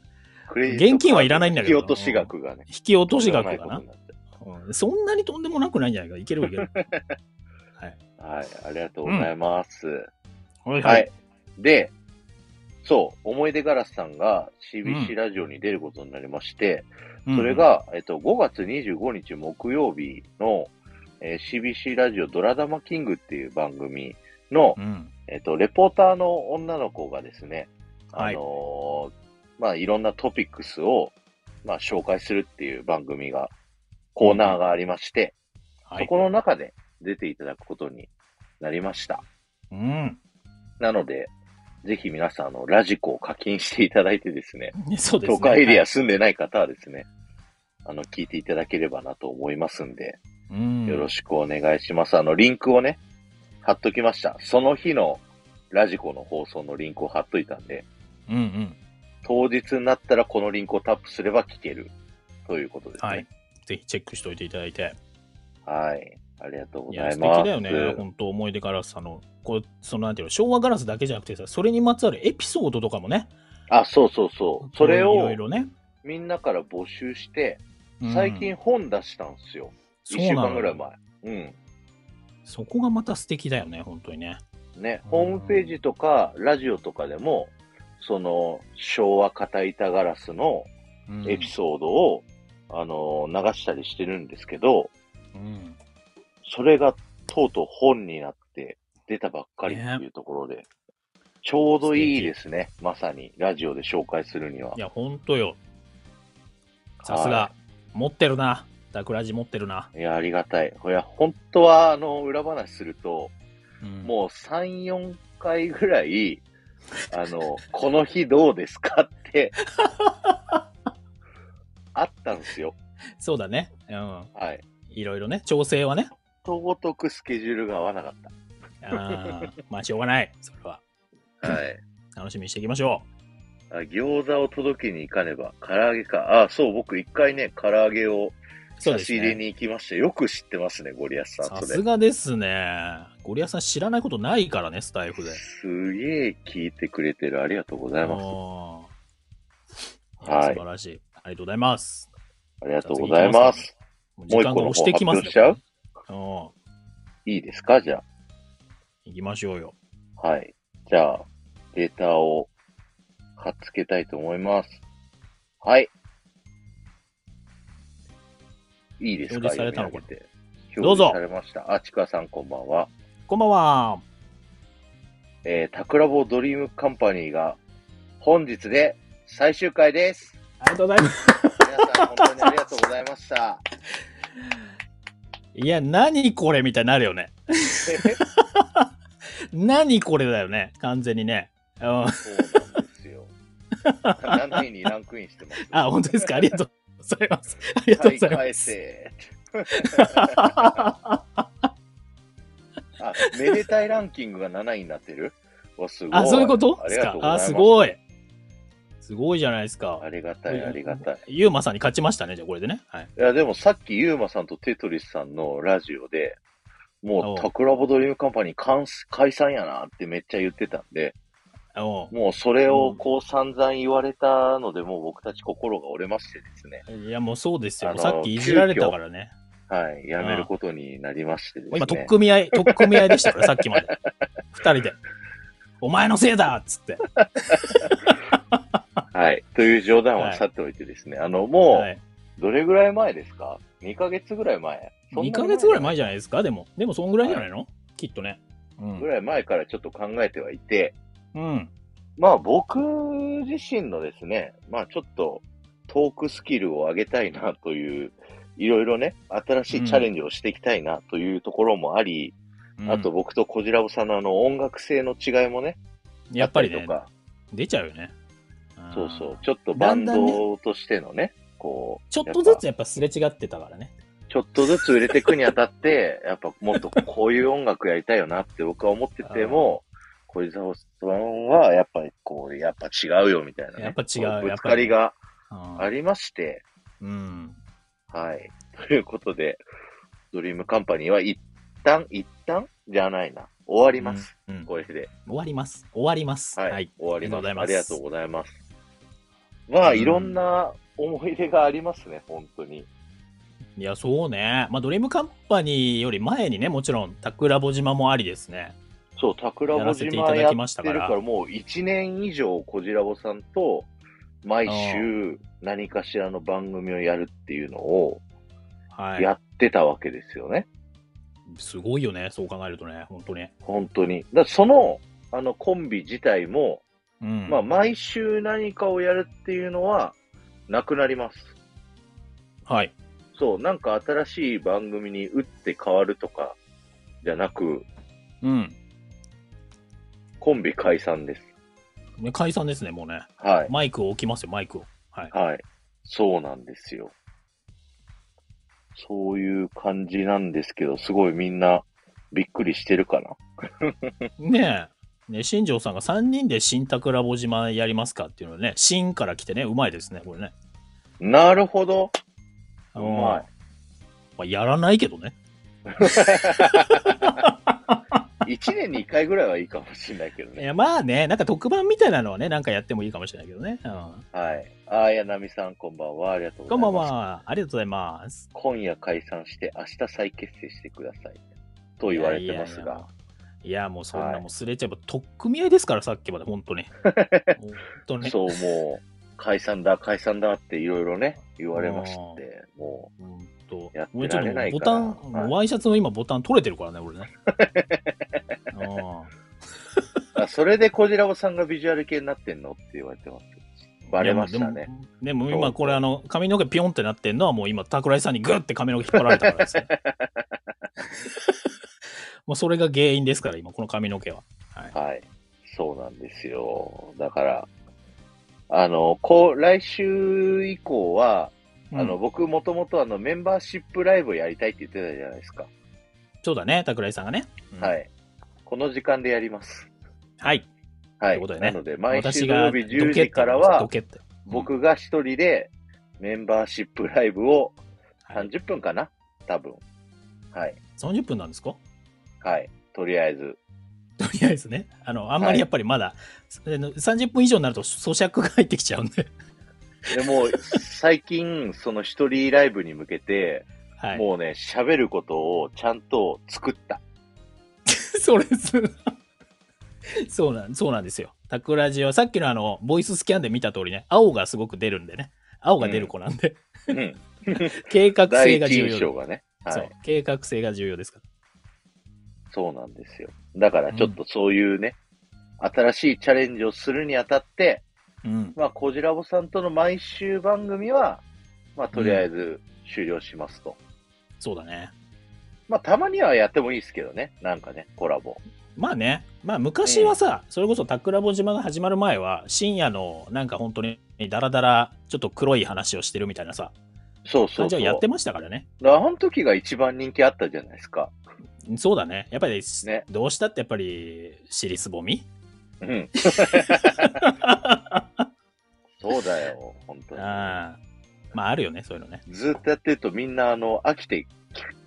Speaker 1: クレジット
Speaker 2: 現金はいらないんだけど
Speaker 1: 引き落とし額がね。
Speaker 2: 引き落とし額か
Speaker 1: とんでも
Speaker 2: な
Speaker 1: こ。とにって
Speaker 2: うんそんなにとんでもなくないんじゃないか。いけるいける。
Speaker 1: はい。ありがとうございます。
Speaker 2: はい
Speaker 1: はい。で、そう、思い出ガラスさんが CBC ラジオに出ることになりまして、
Speaker 2: うん
Speaker 1: それ、が、えっと、5月25日木曜日の、えー CBC ラジオドラダマキングっていう番組の、
Speaker 2: うん。
Speaker 1: えっと、レポーターの女の子がですね、
Speaker 2: は
Speaker 1: あ
Speaker 2: い
Speaker 1: のーまあ、いろんなトピックスを、まあ、紹介するっていう番組が、コーナーがありまして、
Speaker 2: は
Speaker 1: そ
Speaker 2: い。
Speaker 1: この中で出ていただくことになりました。
Speaker 2: うん。
Speaker 1: なので、ぜひ皆さん、あの、ラジコを課金していただいてですね、
Speaker 2: ねそうですね。
Speaker 1: 都会エリア住んでない方はですね、あの、聞いていただければなと思いますんで、
Speaker 2: うん。
Speaker 1: よろ
Speaker 2: し
Speaker 1: しくお願いします。あの、リンクをね、貼っときました。その日のラジコの放送のリンクを貼っといたんで、
Speaker 2: く。うんうん。
Speaker 1: 当日になったらこのリンクをタップすれば聞けるということです
Speaker 2: はい
Speaker 1: ね。。
Speaker 2: ぜひチェックしておいていただいて。
Speaker 1: はい。ありがとうご
Speaker 2: い
Speaker 1: ざ
Speaker 2: や、
Speaker 1: い
Speaker 2: 素
Speaker 1: ます。
Speaker 2: 敵だよね。本当思い出ガラスさんの、こう、そのなんていうの、昭和ガラスだけじゃなくてさ、それにまつわるエピソードとかもね。
Speaker 1: あ、そうそうそう。それ
Speaker 2: い
Speaker 1: を
Speaker 2: ろいろね。
Speaker 1: みんなから募集して、
Speaker 2: うん
Speaker 1: 最近、本出したんですよ。
Speaker 2: そう
Speaker 1: 一週
Speaker 2: なの
Speaker 1: 間ぐらい前。うん。
Speaker 2: そこがまた素敵だよね、本当にね。
Speaker 1: ね、ホームページとか、ラジオとかでも、その、昭和片板ガラスの
Speaker 2: うん
Speaker 1: エピソードを、あの、流したりしてるんですけど、
Speaker 2: うん。
Speaker 1: それがとうとう本になって出たばっかりっていうところで、ちょうどいいですね。まさに、ラジオで紹介するにはい
Speaker 2: や、本当よ。さすが
Speaker 1: は、
Speaker 2: 持ってるな。ダクラジ持ってるな。
Speaker 1: いや、ありがたい。いや、本当は、あの、裏話すると、
Speaker 2: も
Speaker 1: もう3、4回ぐらい、あの、この日どうですか
Speaker 2: [LAUGHS]
Speaker 1: って、あったんですよ。
Speaker 2: うん、そうだね。うん。
Speaker 1: はい。
Speaker 2: いろいろね、調整はね。
Speaker 1: とごとくスケジュールが合わなかっ
Speaker 2: あ
Speaker 1: [LAUGHS]
Speaker 2: ーまあ、しょうがない。それは。
Speaker 1: た。はい。
Speaker 2: 楽しみにしていきましょ
Speaker 1: あ餃子を届けに行かねば、唐揚げか。あ、そう、僕一回ね、唐揚げを
Speaker 2: う。そ
Speaker 1: 差
Speaker 2: うで
Speaker 1: し
Speaker 2: す
Speaker 1: 入れ
Speaker 2: ね。
Speaker 1: に行きました。よく知ってますね、ゴリアスさ
Speaker 2: さ
Speaker 1: ん。そ
Speaker 2: す
Speaker 1: れ。
Speaker 2: がですね。ゴリアさん知らないことないからね、スタイフで。
Speaker 1: すげえ聞いてくれてる。ありがとうございます。
Speaker 2: おーいや
Speaker 1: はい
Speaker 2: 素晴らしい。ありがとうございます。
Speaker 1: ありがとうございます。
Speaker 2: もう
Speaker 1: もう一個の方発表しちゃう
Speaker 2: うん。
Speaker 1: いいですかじゃあ。
Speaker 2: 行きましょうよ。
Speaker 1: はい。じゃあ、データを貼っつけたいと思います。はい。いいですか
Speaker 2: 表示されたのかな
Speaker 1: 読み上げて
Speaker 2: どうぞ
Speaker 1: 表示されました。あ、ちくわさんこんばんは。
Speaker 2: こんばんは。
Speaker 1: えー、タクラボドリームカンパニーが本日で最終回です。
Speaker 2: ありがとうございます。
Speaker 1: 皆さん本当にありがとうございました。
Speaker 2: いや、何これみたいになるよね。何これだよね。完全にね。うん
Speaker 1: そうなんです
Speaker 2: [LAUGHS]
Speaker 1: よ。7位にランクインしてます。
Speaker 2: あ、本当で
Speaker 1: [LAUGHS]
Speaker 2: すか。ありがとうございます。ありがとうござい
Speaker 1: はい、返
Speaker 2: ます。
Speaker 1: [LAUGHS] せ。あ、めでたいランキングが7位になってるわすごい。
Speaker 2: あ、そういうこと
Speaker 1: あ
Speaker 2: で
Speaker 1: り
Speaker 2: す
Speaker 1: が
Speaker 2: か
Speaker 1: とう。ござい
Speaker 2: あ、
Speaker 1: ます。
Speaker 2: すごい。すごいじゃないですか
Speaker 1: あ。りがたい、ありがたい。
Speaker 2: ゆうまさんに勝ちましたね、じゃあこれでね。はい。
Speaker 1: いや、でもさっきユーマさんとテトリスさんのラジオで、も
Speaker 2: おう
Speaker 1: うタクラボドリームカンパニー完解散やなってめっちゃ言ってたんで、
Speaker 2: お
Speaker 1: もうそれをこう散々言われたので、もう僕たち心が折れましてですね、
Speaker 2: ういや、もうそうです
Speaker 1: あ
Speaker 2: よ。
Speaker 1: の
Speaker 2: さっきいじられたからね。
Speaker 1: はい、やめることになりましてですね。
Speaker 2: 今、取っ組み合い、取っ組み合いでしたから、さっ [LAUGHS] きまで。二人で。お前のせいだっつって。
Speaker 1: はい。という冗談
Speaker 2: は
Speaker 1: はいさておいてですね、あの、も
Speaker 2: はい、
Speaker 1: う、どれぐらい前ですか ?2 ヶ月ぐらい前。そんな
Speaker 2: 2
Speaker 1: に
Speaker 2: ヶ月ぐらい前じゃないですか、でも。でも、そんぐらいじゃないの、きっとね。う
Speaker 1: ぐ
Speaker 2: ん。
Speaker 1: らい前からちょっと考えてはいて、
Speaker 2: うん。
Speaker 1: まあ僕自身のですね、まあちょっとトークスキルを上げたいなという、いろいろね、新しいチャレンジをしていきたいなというところもあり、
Speaker 2: うん
Speaker 1: あと、僕とこじらぼさんのあの音楽性の違いもね、
Speaker 2: やっぱり
Speaker 1: あた
Speaker 2: ね
Speaker 1: と、か、
Speaker 2: 出ちゃうよね。ん
Speaker 1: そうそう、。ちょっとバン
Speaker 2: だんだん
Speaker 1: ドとしてのね、こう、
Speaker 2: ちょっとず
Speaker 1: やぱ
Speaker 2: つやっぱすれ違ってたからね。
Speaker 1: ちょっとずつ売れていくにあたって、 [LAUGHS] やっぱもっとこういう音楽やりたいよなって僕は思ってても、小泉さんはやっぱりこう、やっぱ違うよみたいな、ね。
Speaker 2: やっぱ違う
Speaker 1: こぶ
Speaker 2: やっ
Speaker 1: つ
Speaker 2: ぱ
Speaker 1: か
Speaker 2: り
Speaker 1: りが
Speaker 2: うん
Speaker 1: ありまして、
Speaker 2: うん。
Speaker 1: はい。 [LAUGHS] ということで、ドリームカンパニーは一旦、一旦じゃないな。終わります。
Speaker 2: うん。うん
Speaker 1: これで。
Speaker 2: 終わります。終わります。
Speaker 1: はい。
Speaker 2: はい。
Speaker 1: 終わります。
Speaker 2: あ
Speaker 1: あ
Speaker 2: り
Speaker 1: り
Speaker 2: が
Speaker 1: が
Speaker 2: と
Speaker 1: と
Speaker 2: う
Speaker 1: うございます。まあ、
Speaker 2: うん
Speaker 1: いろんな思い出がありますね、本当に。
Speaker 2: いや、そうね。まあ、ドリームカンパニーより前にね、もちろん、タクラボ島もありですね。
Speaker 1: そう、桜
Speaker 2: や
Speaker 1: ぼ
Speaker 2: らせてい
Speaker 1: 島
Speaker 2: た
Speaker 1: や
Speaker 2: だ
Speaker 1: っ
Speaker 2: きましてたから
Speaker 1: るから、もう1年以上、こじらぼさんと、毎週何かしらの番組をやるっていうのを
Speaker 2: はい
Speaker 1: や。ってたわけですよね。
Speaker 2: すごいよね、そう考えるとね、本当に。
Speaker 1: 本当に。だからその、あの、コンビ自体も、
Speaker 2: うん。
Speaker 1: まあ、毎週何かをやるっていうのは、なくなります。
Speaker 2: はい。
Speaker 1: そう、なんか新しい番組に打って変わるとか、じゃなく、
Speaker 2: うん。
Speaker 1: コンビ解散です。
Speaker 2: ね解散ですね、もうね。
Speaker 1: はい。
Speaker 2: マイクを置きますよ、マイクを。はい。
Speaker 1: はい。そうなんですよ。そういう感じなんですけど、すごいみんなびっくりしてるかな。
Speaker 2: ねえ。ね、新庄さんが3人で新桜坊島やりますかっていうのね、新から来てね、うまいですね、これね。
Speaker 1: なるほど。う
Speaker 2: うん
Speaker 1: ま
Speaker 2: まあ、やらないけどね。
Speaker 1: い。1年に1回ぐらいはいいかもしれないけど
Speaker 2: [LAUGHS] い
Speaker 1: ね。
Speaker 2: や、まあね、なんか特番みたいなのはね、なんかやってもいいかもしれないけどね。う。
Speaker 1: はい。あーやなみさん、こんばんは。ありがとうんござい
Speaker 2: こん
Speaker 1: ま
Speaker 2: ば
Speaker 1: す。
Speaker 2: んは。ありがとうございます。
Speaker 1: 今夜解散して、明日再結成してください。と言われてます
Speaker 2: いやいやいや
Speaker 1: が。。
Speaker 2: いや、もうそん
Speaker 1: は
Speaker 2: ないもうすれちゃえば、とっくみ合いですから、さっきまで、本当
Speaker 1: [LAUGHS]
Speaker 2: に。本当に。
Speaker 1: そう、もう、解散だ、解散だっていろいろね、言われまして、も
Speaker 2: 本当
Speaker 1: やっ。
Speaker 2: も
Speaker 1: て
Speaker 2: うちょ
Speaker 1: ら
Speaker 2: っと
Speaker 1: れない
Speaker 2: ボ
Speaker 1: か
Speaker 2: タ
Speaker 1: ら
Speaker 2: ン、
Speaker 1: はい
Speaker 2: ワイシャツの今ボタン取れてるからね、俺ね。うん
Speaker 1: う、あそれでこじらぼさんがビジュアル系になってんのって言われてます。 [LAUGHS] バレました
Speaker 2: いや
Speaker 1: ね。
Speaker 2: もうでもで
Speaker 1: そう
Speaker 2: も今これあの髪の毛ピョンってなってんのはもう今桜井さんにグッて髪の毛引っ張られたからで
Speaker 1: [LAUGHS]
Speaker 2: すね。もうそれが原因ですから今この髪の毛は。はい、
Speaker 1: はい。そうなんですよ。だから、あの、こう、来週以降は、あの、
Speaker 2: うん
Speaker 1: 僕もともとあの、メンバーシップライブをやりたいって言ってたじゃないですか。
Speaker 2: そうだね桜井さんがね。うん
Speaker 1: はい。この時間でやります。
Speaker 2: はい。
Speaker 1: は
Speaker 2: って
Speaker 1: い。
Speaker 2: ことでね
Speaker 1: なので、毎週
Speaker 2: 私
Speaker 1: 土
Speaker 2: が
Speaker 1: 曜
Speaker 2: ド
Speaker 1: 日
Speaker 2: ケッ
Speaker 1: 10
Speaker 2: て
Speaker 1: 時からは
Speaker 2: ド、ケッて
Speaker 1: 僕が一人でメンバーシップライブを
Speaker 2: はい
Speaker 1: 30分かな、多分。はい。
Speaker 2: 30分なんですか [LAUGHS]
Speaker 1: はい。とりあえず。
Speaker 2: とりあえずねあのあんまりやっぱりまだ、あの30分以上になると咀嚼が入ってきちゃうんで。
Speaker 1: でも、最近、その一人ライブに向けて、
Speaker 2: はい、
Speaker 1: もうね、喋ることをちゃんと作った。
Speaker 2: [LAUGHS] それすそうなんそうなんですよ。タクラジはさっきのあのボイススキャンで見た通りね、青がすごく出るんでね、青が出る子なんで、
Speaker 1: うん。
Speaker 2: [LAUGHS] 計画
Speaker 1: 第
Speaker 2: 性が
Speaker 1: 一
Speaker 2: 重
Speaker 1: 印
Speaker 2: 要、
Speaker 1: 象がね。はい。
Speaker 2: そ
Speaker 1: そうう。
Speaker 2: 計画性が重要ですか
Speaker 1: なんですよ。だからちょっとそういうね、新しいチャレンジをするにあたって、
Speaker 2: ら。うん。
Speaker 1: まあ、こじらぼさんとの毎週番組は、まあ、とりあえず終了しますと。
Speaker 2: そうだね。
Speaker 1: まあ、たまにはやってもいいですけどね。なんかね、コラボ。
Speaker 2: まあね、まあ昔はさ、それこそタクラボ島が始まる前は、深夜のなんか本当にダラダラ、ちょっと黒い話をしてるみたいなさ、
Speaker 1: そうそう
Speaker 2: 感じ
Speaker 1: そう。
Speaker 2: はやってましたからね。
Speaker 1: だからあの時が一番人気あったじゃないですか。
Speaker 2: そうだね。やっぱり、
Speaker 1: ね
Speaker 2: どうしたってやっぱり、尻すぼみ [LAUGHS]
Speaker 1: うん。そうだよ、本当に。
Speaker 2: ああ。まああるよね、そういうのね。
Speaker 1: ずっとやってるとみんな、あの、飽きて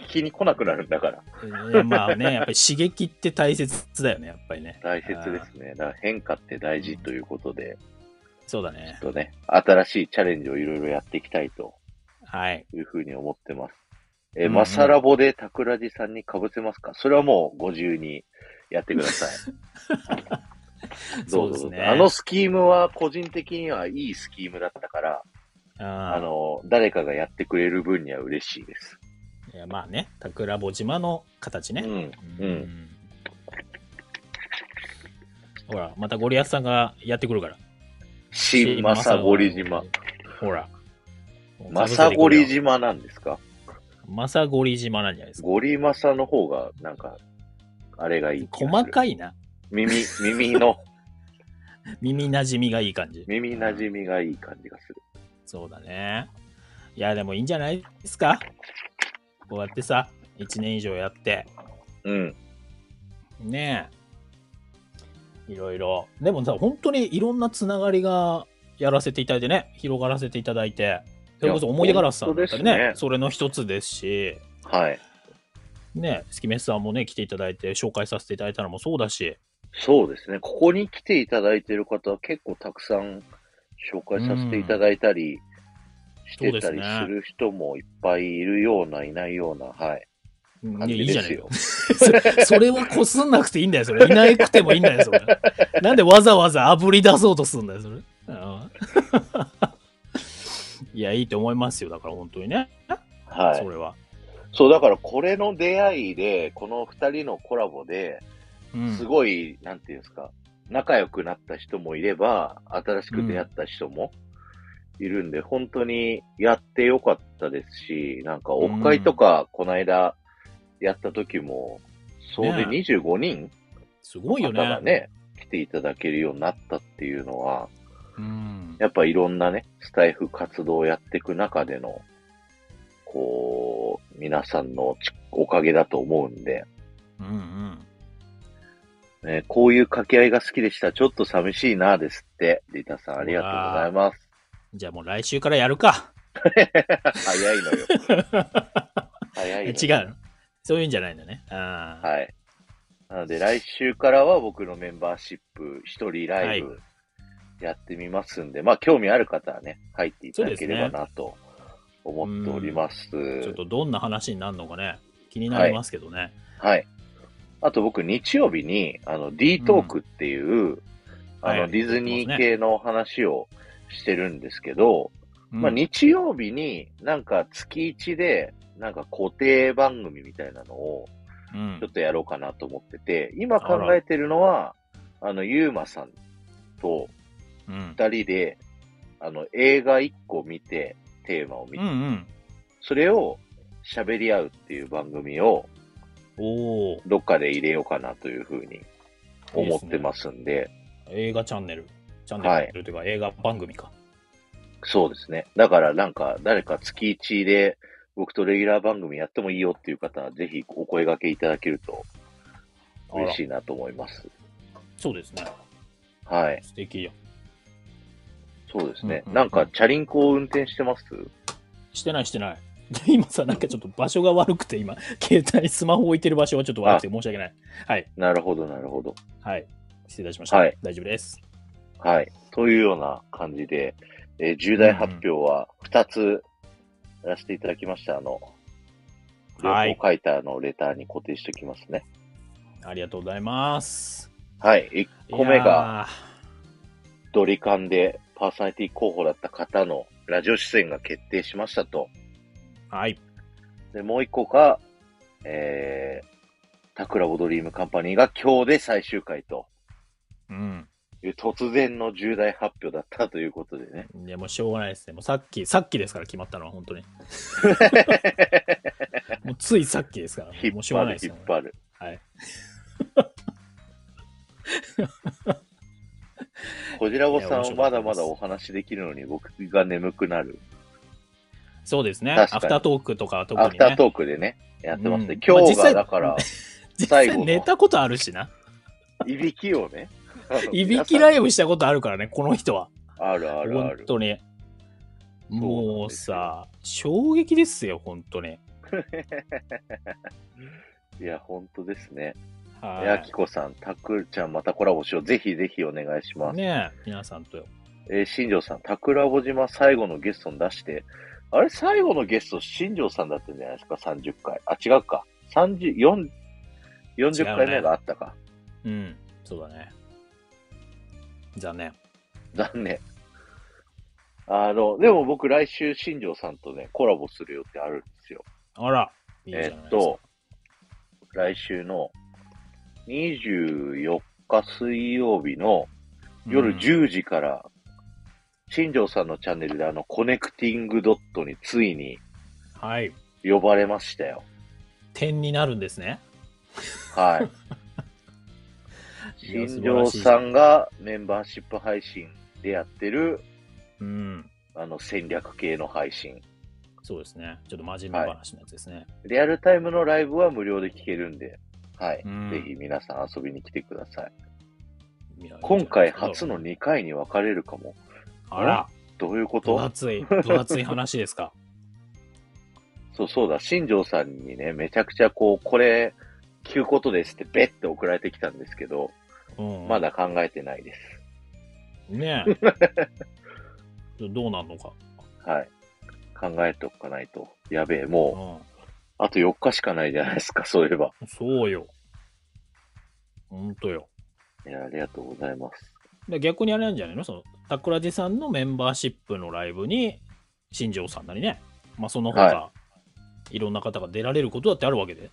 Speaker 1: 聞聞きに来なくなるんだから。
Speaker 2: いやまあ
Speaker 1: [LAUGHS]
Speaker 2: ね、やっぱり刺激って大切だよね、やっぱりね。
Speaker 1: 大切ですね。だから変化って大事ということで、
Speaker 2: そうだね
Speaker 1: ち。ょっとね、新しいチャレンジをいろいろやっていきたいと
Speaker 2: はい。
Speaker 1: いうふうに思ってます。
Speaker 2: うん
Speaker 1: え
Speaker 2: うん
Speaker 1: マサラボでタクラジさんに被せますかそれはもうご自由にやってくださ
Speaker 2: [LAUGHS]
Speaker 1: い。どうぞど
Speaker 2: そう
Speaker 1: う
Speaker 2: で
Speaker 1: ぞ
Speaker 2: すね
Speaker 1: あのスキームは個人的にはいいスキームだったから、
Speaker 2: あ
Speaker 1: あの、誰かがやってくれる分には嬉しいです。
Speaker 2: いやまあね、桜坊島の形ね。
Speaker 1: うん。
Speaker 2: う
Speaker 1: うん
Speaker 2: んほら、またゴリアスさんがやってくるから。
Speaker 1: 新マサゴリ島。。
Speaker 2: ほら。
Speaker 1: マサゴリ島なんですか
Speaker 2: マサゴリ島なんじゃないですか。
Speaker 1: ゴリマサの方が、なんか、あれがいい気がする。
Speaker 2: 細かいな。
Speaker 1: 耳、耳の、 [LAUGHS]
Speaker 2: 耳なじみがいい感じ。
Speaker 1: 耳馴染みがいい感じがする。
Speaker 2: そうだね。いや、でもいいんじゃないですか。こうやってさ、1年以上やって。
Speaker 1: うん。
Speaker 2: ねえ。いろいろ。でもさ、本当にいろんなつながりがやらせていただいてね、広がらせていただいて、それこそ思い出ガラスさんだったりね、
Speaker 1: 本当ですね
Speaker 2: それの一つですし、
Speaker 1: はい。
Speaker 2: ねえ、スキメスさんもね、来ていただいて、紹介させていただいたのもそうだし、
Speaker 1: そうですね。ここに来ていただいてる方は結構たくさん紹介させていただいたりしてたり
Speaker 2: そうですね
Speaker 1: する人もいっぱいいるような、いないような、はい。
Speaker 2: うん
Speaker 1: 感
Speaker 2: いや
Speaker 1: じ
Speaker 2: いいじゃ
Speaker 1: で
Speaker 2: な
Speaker 1: す
Speaker 2: いか
Speaker 1: よ。
Speaker 2: [LAUGHS] それはこすんなくていいんだよ、それ。いなくてもいいんだよ、そ
Speaker 1: [LAUGHS]
Speaker 2: れ。なんでわざわざ炙り出そうとすんだよ、それ。うん
Speaker 1: [LAUGHS]
Speaker 2: いや、いいと思いますよ、だから本当にね。
Speaker 1: はい
Speaker 2: そ。れは。
Speaker 1: そう、だからこれの出会いで、この二人のコラボで、
Speaker 2: うん
Speaker 1: すごい、なんていうんですか、仲良くなった人もいれば、新しく出会った人もいるんで、本当にやってよかったですし、なんか、オフ会とか、この間、やった時も、そうで
Speaker 2: ね
Speaker 1: 25人
Speaker 2: すごいよ
Speaker 1: 方
Speaker 2: ね。
Speaker 1: がね、来ていただけるようになったっていうのは、
Speaker 2: うん。
Speaker 1: やっぱいろんなね、スタイフ活動をやっていく中での、こう、皆さんのちおかげだと思うんで、
Speaker 2: うんうん。
Speaker 1: ね、こういう掛け合いが好きでした。ちょっと寂しいなですって。リタさん、ありがとうございます。
Speaker 2: じゃあもう来週からやるか。
Speaker 1: [LAUGHS] 早いのよ。早いの
Speaker 2: え違
Speaker 1: よ。
Speaker 2: う。そういうんじゃないんだね。ああ。
Speaker 1: はい。なので、来週からは僕のメンバーシップ、一人ライ
Speaker 2: は
Speaker 1: ブやってみますんで、まあ、興味ある方はね、入っていただければなと思っております。
Speaker 2: ちょっとどんな話になるのかね、気になりますけどね。
Speaker 1: はい。あと僕、日曜日に、あの、D トークっていう、あ
Speaker 2: は
Speaker 1: の、
Speaker 2: い
Speaker 1: ディズニー系の話をしてるんですけど、
Speaker 2: うん
Speaker 1: まあ、日曜日になんか月1で、なんか固定番組みたいなのを
Speaker 2: うん
Speaker 1: ちょっとやろうかなと思ってて、今考えてるのは、あの、ゆうまさんと
Speaker 2: うん
Speaker 1: 二人で、あの、映画一個見て、テーマを見て、
Speaker 2: うんうん。
Speaker 1: それを喋り合うっていう番組を
Speaker 2: おお
Speaker 1: どっかで入れようかなというふうに思ってますんで、
Speaker 2: 映画チャンネル。チャンネルというか映画番組か。
Speaker 1: そうですね。だからなんか、誰か月1で僕とレギュラー番組やってもいいよっていう方は、ぜひお声掛けいただけると嬉しいなと思います。
Speaker 2: そうですね。
Speaker 1: はい。
Speaker 2: 素敵よ。
Speaker 1: そうですね。
Speaker 2: うんうんうん
Speaker 1: なんか、チャリンコを運転してます
Speaker 2: してないしてない。 [LAUGHS] で今さ、なんかちょっと場所が悪くて、今、携帯、スマホ置いてる場所はちょっと悪くて申し訳ない。はい。
Speaker 1: なるほど、なるほど。
Speaker 2: はい。失礼いたしました。
Speaker 1: はい
Speaker 2: 大丈夫です。
Speaker 1: はい。というような感じで、えー重大発表は2つやらせていただきました。あの、両
Speaker 2: はい
Speaker 1: 方書いたあのレターに固定しておきますね。
Speaker 2: ありがとうございます。
Speaker 1: はい。1個目
Speaker 2: い
Speaker 1: が、
Speaker 2: や
Speaker 1: ドリカンでパーソナリティ候補だった方のラジオ出演が決定しましたと。
Speaker 2: ー。はい。
Speaker 1: で、もう一個が、えー、タクラボドリームカンパニーが今日で最終回と
Speaker 2: うん。
Speaker 1: いう突然の重大発表だったということでね。
Speaker 2: いや、もうしょうがないですね。もうさっき、さっきですから決まったのは、本
Speaker 1: [LAUGHS]
Speaker 2: 当に。もうついさっきですから、
Speaker 1: 引っ
Speaker 2: もうしょ
Speaker 1: 張
Speaker 2: うがない
Speaker 1: る
Speaker 2: です
Speaker 1: 引
Speaker 2: よ
Speaker 1: っ。張る。
Speaker 2: はい。
Speaker 1: こじらぼ
Speaker 2: い
Speaker 1: さ
Speaker 2: や
Speaker 1: ん
Speaker 2: 面
Speaker 1: は
Speaker 2: 白か
Speaker 1: ま
Speaker 2: ったで
Speaker 1: だ
Speaker 2: す
Speaker 1: まだお話できるのに僕が眠くなる。
Speaker 2: そうですね。ア
Speaker 1: 確かに
Speaker 2: フタートークとかは特に、ね。
Speaker 1: アフタートークでね、やってますね。
Speaker 2: うん
Speaker 1: 今
Speaker 2: まあ
Speaker 1: 日
Speaker 2: 実
Speaker 1: が
Speaker 2: 際
Speaker 1: だから、
Speaker 2: 実
Speaker 1: 最後
Speaker 2: [LAUGHS] 際
Speaker 1: の
Speaker 2: 寝たことあるしな。
Speaker 1: いびきをね。
Speaker 2: [LAUGHS] いびきラ
Speaker 1: い
Speaker 2: イブしたことあるからね、この人は。
Speaker 1: あるあるあ
Speaker 2: 本
Speaker 1: る。
Speaker 2: 当に。
Speaker 1: よ
Speaker 2: もうさ、衝撃ですよ、本当に。
Speaker 1: いや、本当ですね。や
Speaker 2: は
Speaker 1: きこさん、たくちゃんまたコラボしよう。ぜひぜひお願いしま
Speaker 2: い。
Speaker 1: す。
Speaker 2: ねえ、皆さんと。
Speaker 1: えー新庄さん、桜穂島最後のゲストに出して、あれ最後のゲスト、新庄さんだったんじゃないですか、30回。あ、違うか。30、4 40回目があったか。
Speaker 2: うん、そうだね。残念。
Speaker 1: 残念。あの、でも僕来週新庄さんとね、コラボする予定あるんですよ。
Speaker 2: あら、いいじゃない
Speaker 1: え
Speaker 2: ですか。
Speaker 1: ーっと、来週の24日水曜日の夜
Speaker 2: うん
Speaker 1: 10時から、新庄さんのチャンネルであの、コネクティングドットについに
Speaker 2: はい。
Speaker 1: 呼ばれましたよ。
Speaker 2: 点になるんですね。
Speaker 1: はい。
Speaker 2: [LAUGHS] いや
Speaker 1: 新庄さんがメンバーシップ配信でやってる、
Speaker 2: うん。
Speaker 1: あの、戦略系の配信。
Speaker 2: そうですね。ちょっと真面目話のやつですね。
Speaker 1: リアルタイムのライブは無料で聞けるんで、はい。
Speaker 2: うん
Speaker 1: ぜひ皆さん遊びに来てください。
Speaker 2: 未来
Speaker 1: 今回初の2回に分かれるかも。
Speaker 2: あら、
Speaker 1: どういうこ
Speaker 2: 分
Speaker 1: と
Speaker 2: 厚い、分厚い話ですか。
Speaker 1: そうそうだ、新庄さんにね、めちゃくちゃこう、これ、聞くことですって、べって送られてきたんですけど、
Speaker 2: う
Speaker 1: [LAUGHS]
Speaker 2: ん、
Speaker 1: ま。だ考えてないです。
Speaker 2: ね
Speaker 1: [LAUGHS]
Speaker 2: え。どうなんのか。
Speaker 1: はい。考えておかないと。やべえ、
Speaker 2: う
Speaker 1: も
Speaker 2: ん。
Speaker 1: あと4日しかないじゃないですか、そういえば。
Speaker 2: そうよ。ほんとよ。
Speaker 1: いや、ありがとうございます。
Speaker 2: で逆にあれなんじゃないのその、タクラジさんのメンバーシップのライブに、新庄さんなりね、まあ、その他、、
Speaker 1: はい
Speaker 2: ろんな方が出られることだってあるわけで。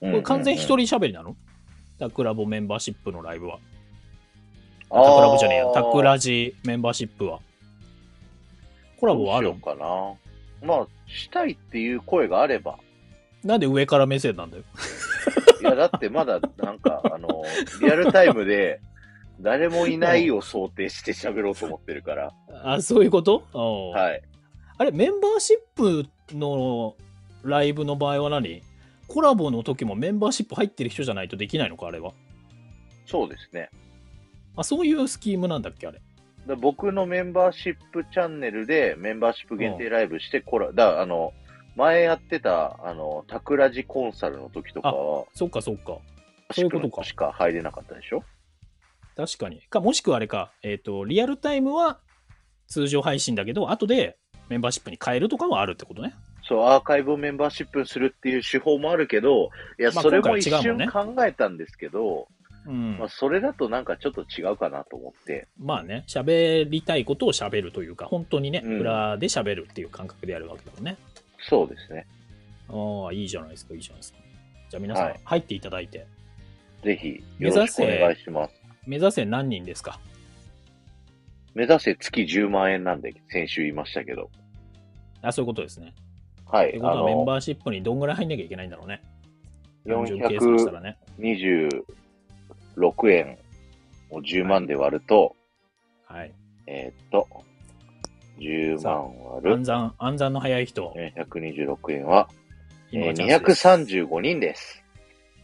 Speaker 1: こ
Speaker 2: これ完全一人喋りなのタクラボメンバーシップのライブは。
Speaker 1: タ
Speaker 2: タクラボじゃねえや。タクラジメンバーシップは。コラボはある
Speaker 1: どうしようかな。まあ、したいっていう声があれば。
Speaker 2: なんで上から目線なんだよ。
Speaker 1: いや、だってまだ、なんか、あの、リアルタイムで、誰もいないを想定して喋ろうと思ってる
Speaker 2: [LAUGHS]
Speaker 1: から。
Speaker 2: あ、そういうことおう
Speaker 1: はい。
Speaker 2: あれ、メンバーシップのライブの場合は何コラボの時もメンバーシップ入ってる人じゃないとできないのか、あれは。
Speaker 1: そうですね。
Speaker 2: あ、そういうスキームなんだっけ、あれ。
Speaker 1: だ僕のメンバーシップチャンネルでメンバーシップ限定ライブしてコラ、だあの、前やってた、あの、タクラジコンサルの時とかは、
Speaker 2: そっかそっか。そういうことか
Speaker 1: しか入れなかったでしょ
Speaker 2: 確かに。か、もしくはあれか、えっ、と、リアルタイムは通常配信だけど、後でメンバーシップに変えるとかはあるってことね。
Speaker 1: そう、アーカイブをメンバーシップにするっていう手法もあるけど、いや、
Speaker 2: まあ
Speaker 1: それも
Speaker 2: 今
Speaker 1: 一
Speaker 2: 回は違うもん
Speaker 1: 瞬
Speaker 2: ね
Speaker 1: 考えたんですけど、
Speaker 2: うん
Speaker 1: まあ、。それだとなんかちょっと違うかなと思って、
Speaker 2: まあね、喋りたいことを喋るというか、本当にね、
Speaker 1: うん
Speaker 2: 裏で喋るっていう感覚でやるわけだもんね。
Speaker 1: そうですね。
Speaker 2: ああ、いいじゃないですか、いいじゃないですか。じゃあ皆さ
Speaker 1: は
Speaker 2: ん
Speaker 1: い、
Speaker 2: 入っていただいて、
Speaker 1: ぜひ、よろしくお願いします。
Speaker 2: 目指せ何人ですか
Speaker 1: 目指せ月10万円なんで、先週言いましたけど。
Speaker 2: あ、そういうことですね。
Speaker 1: は
Speaker 2: って
Speaker 1: い、
Speaker 2: こ
Speaker 1: あ
Speaker 2: とはメン
Speaker 1: の、
Speaker 2: バーシップにどんぐらい入んなきゃいけないんだろうね。単純計算した
Speaker 1: 426
Speaker 2: らね。
Speaker 1: 円を10万で割ると、
Speaker 2: はい。
Speaker 1: えーっと、10万割る
Speaker 2: 暗算、暗算の早い人、
Speaker 1: 426円は、
Speaker 2: 今
Speaker 1: え
Speaker 2: が
Speaker 1: ー
Speaker 2: チャンスです
Speaker 1: 235人です。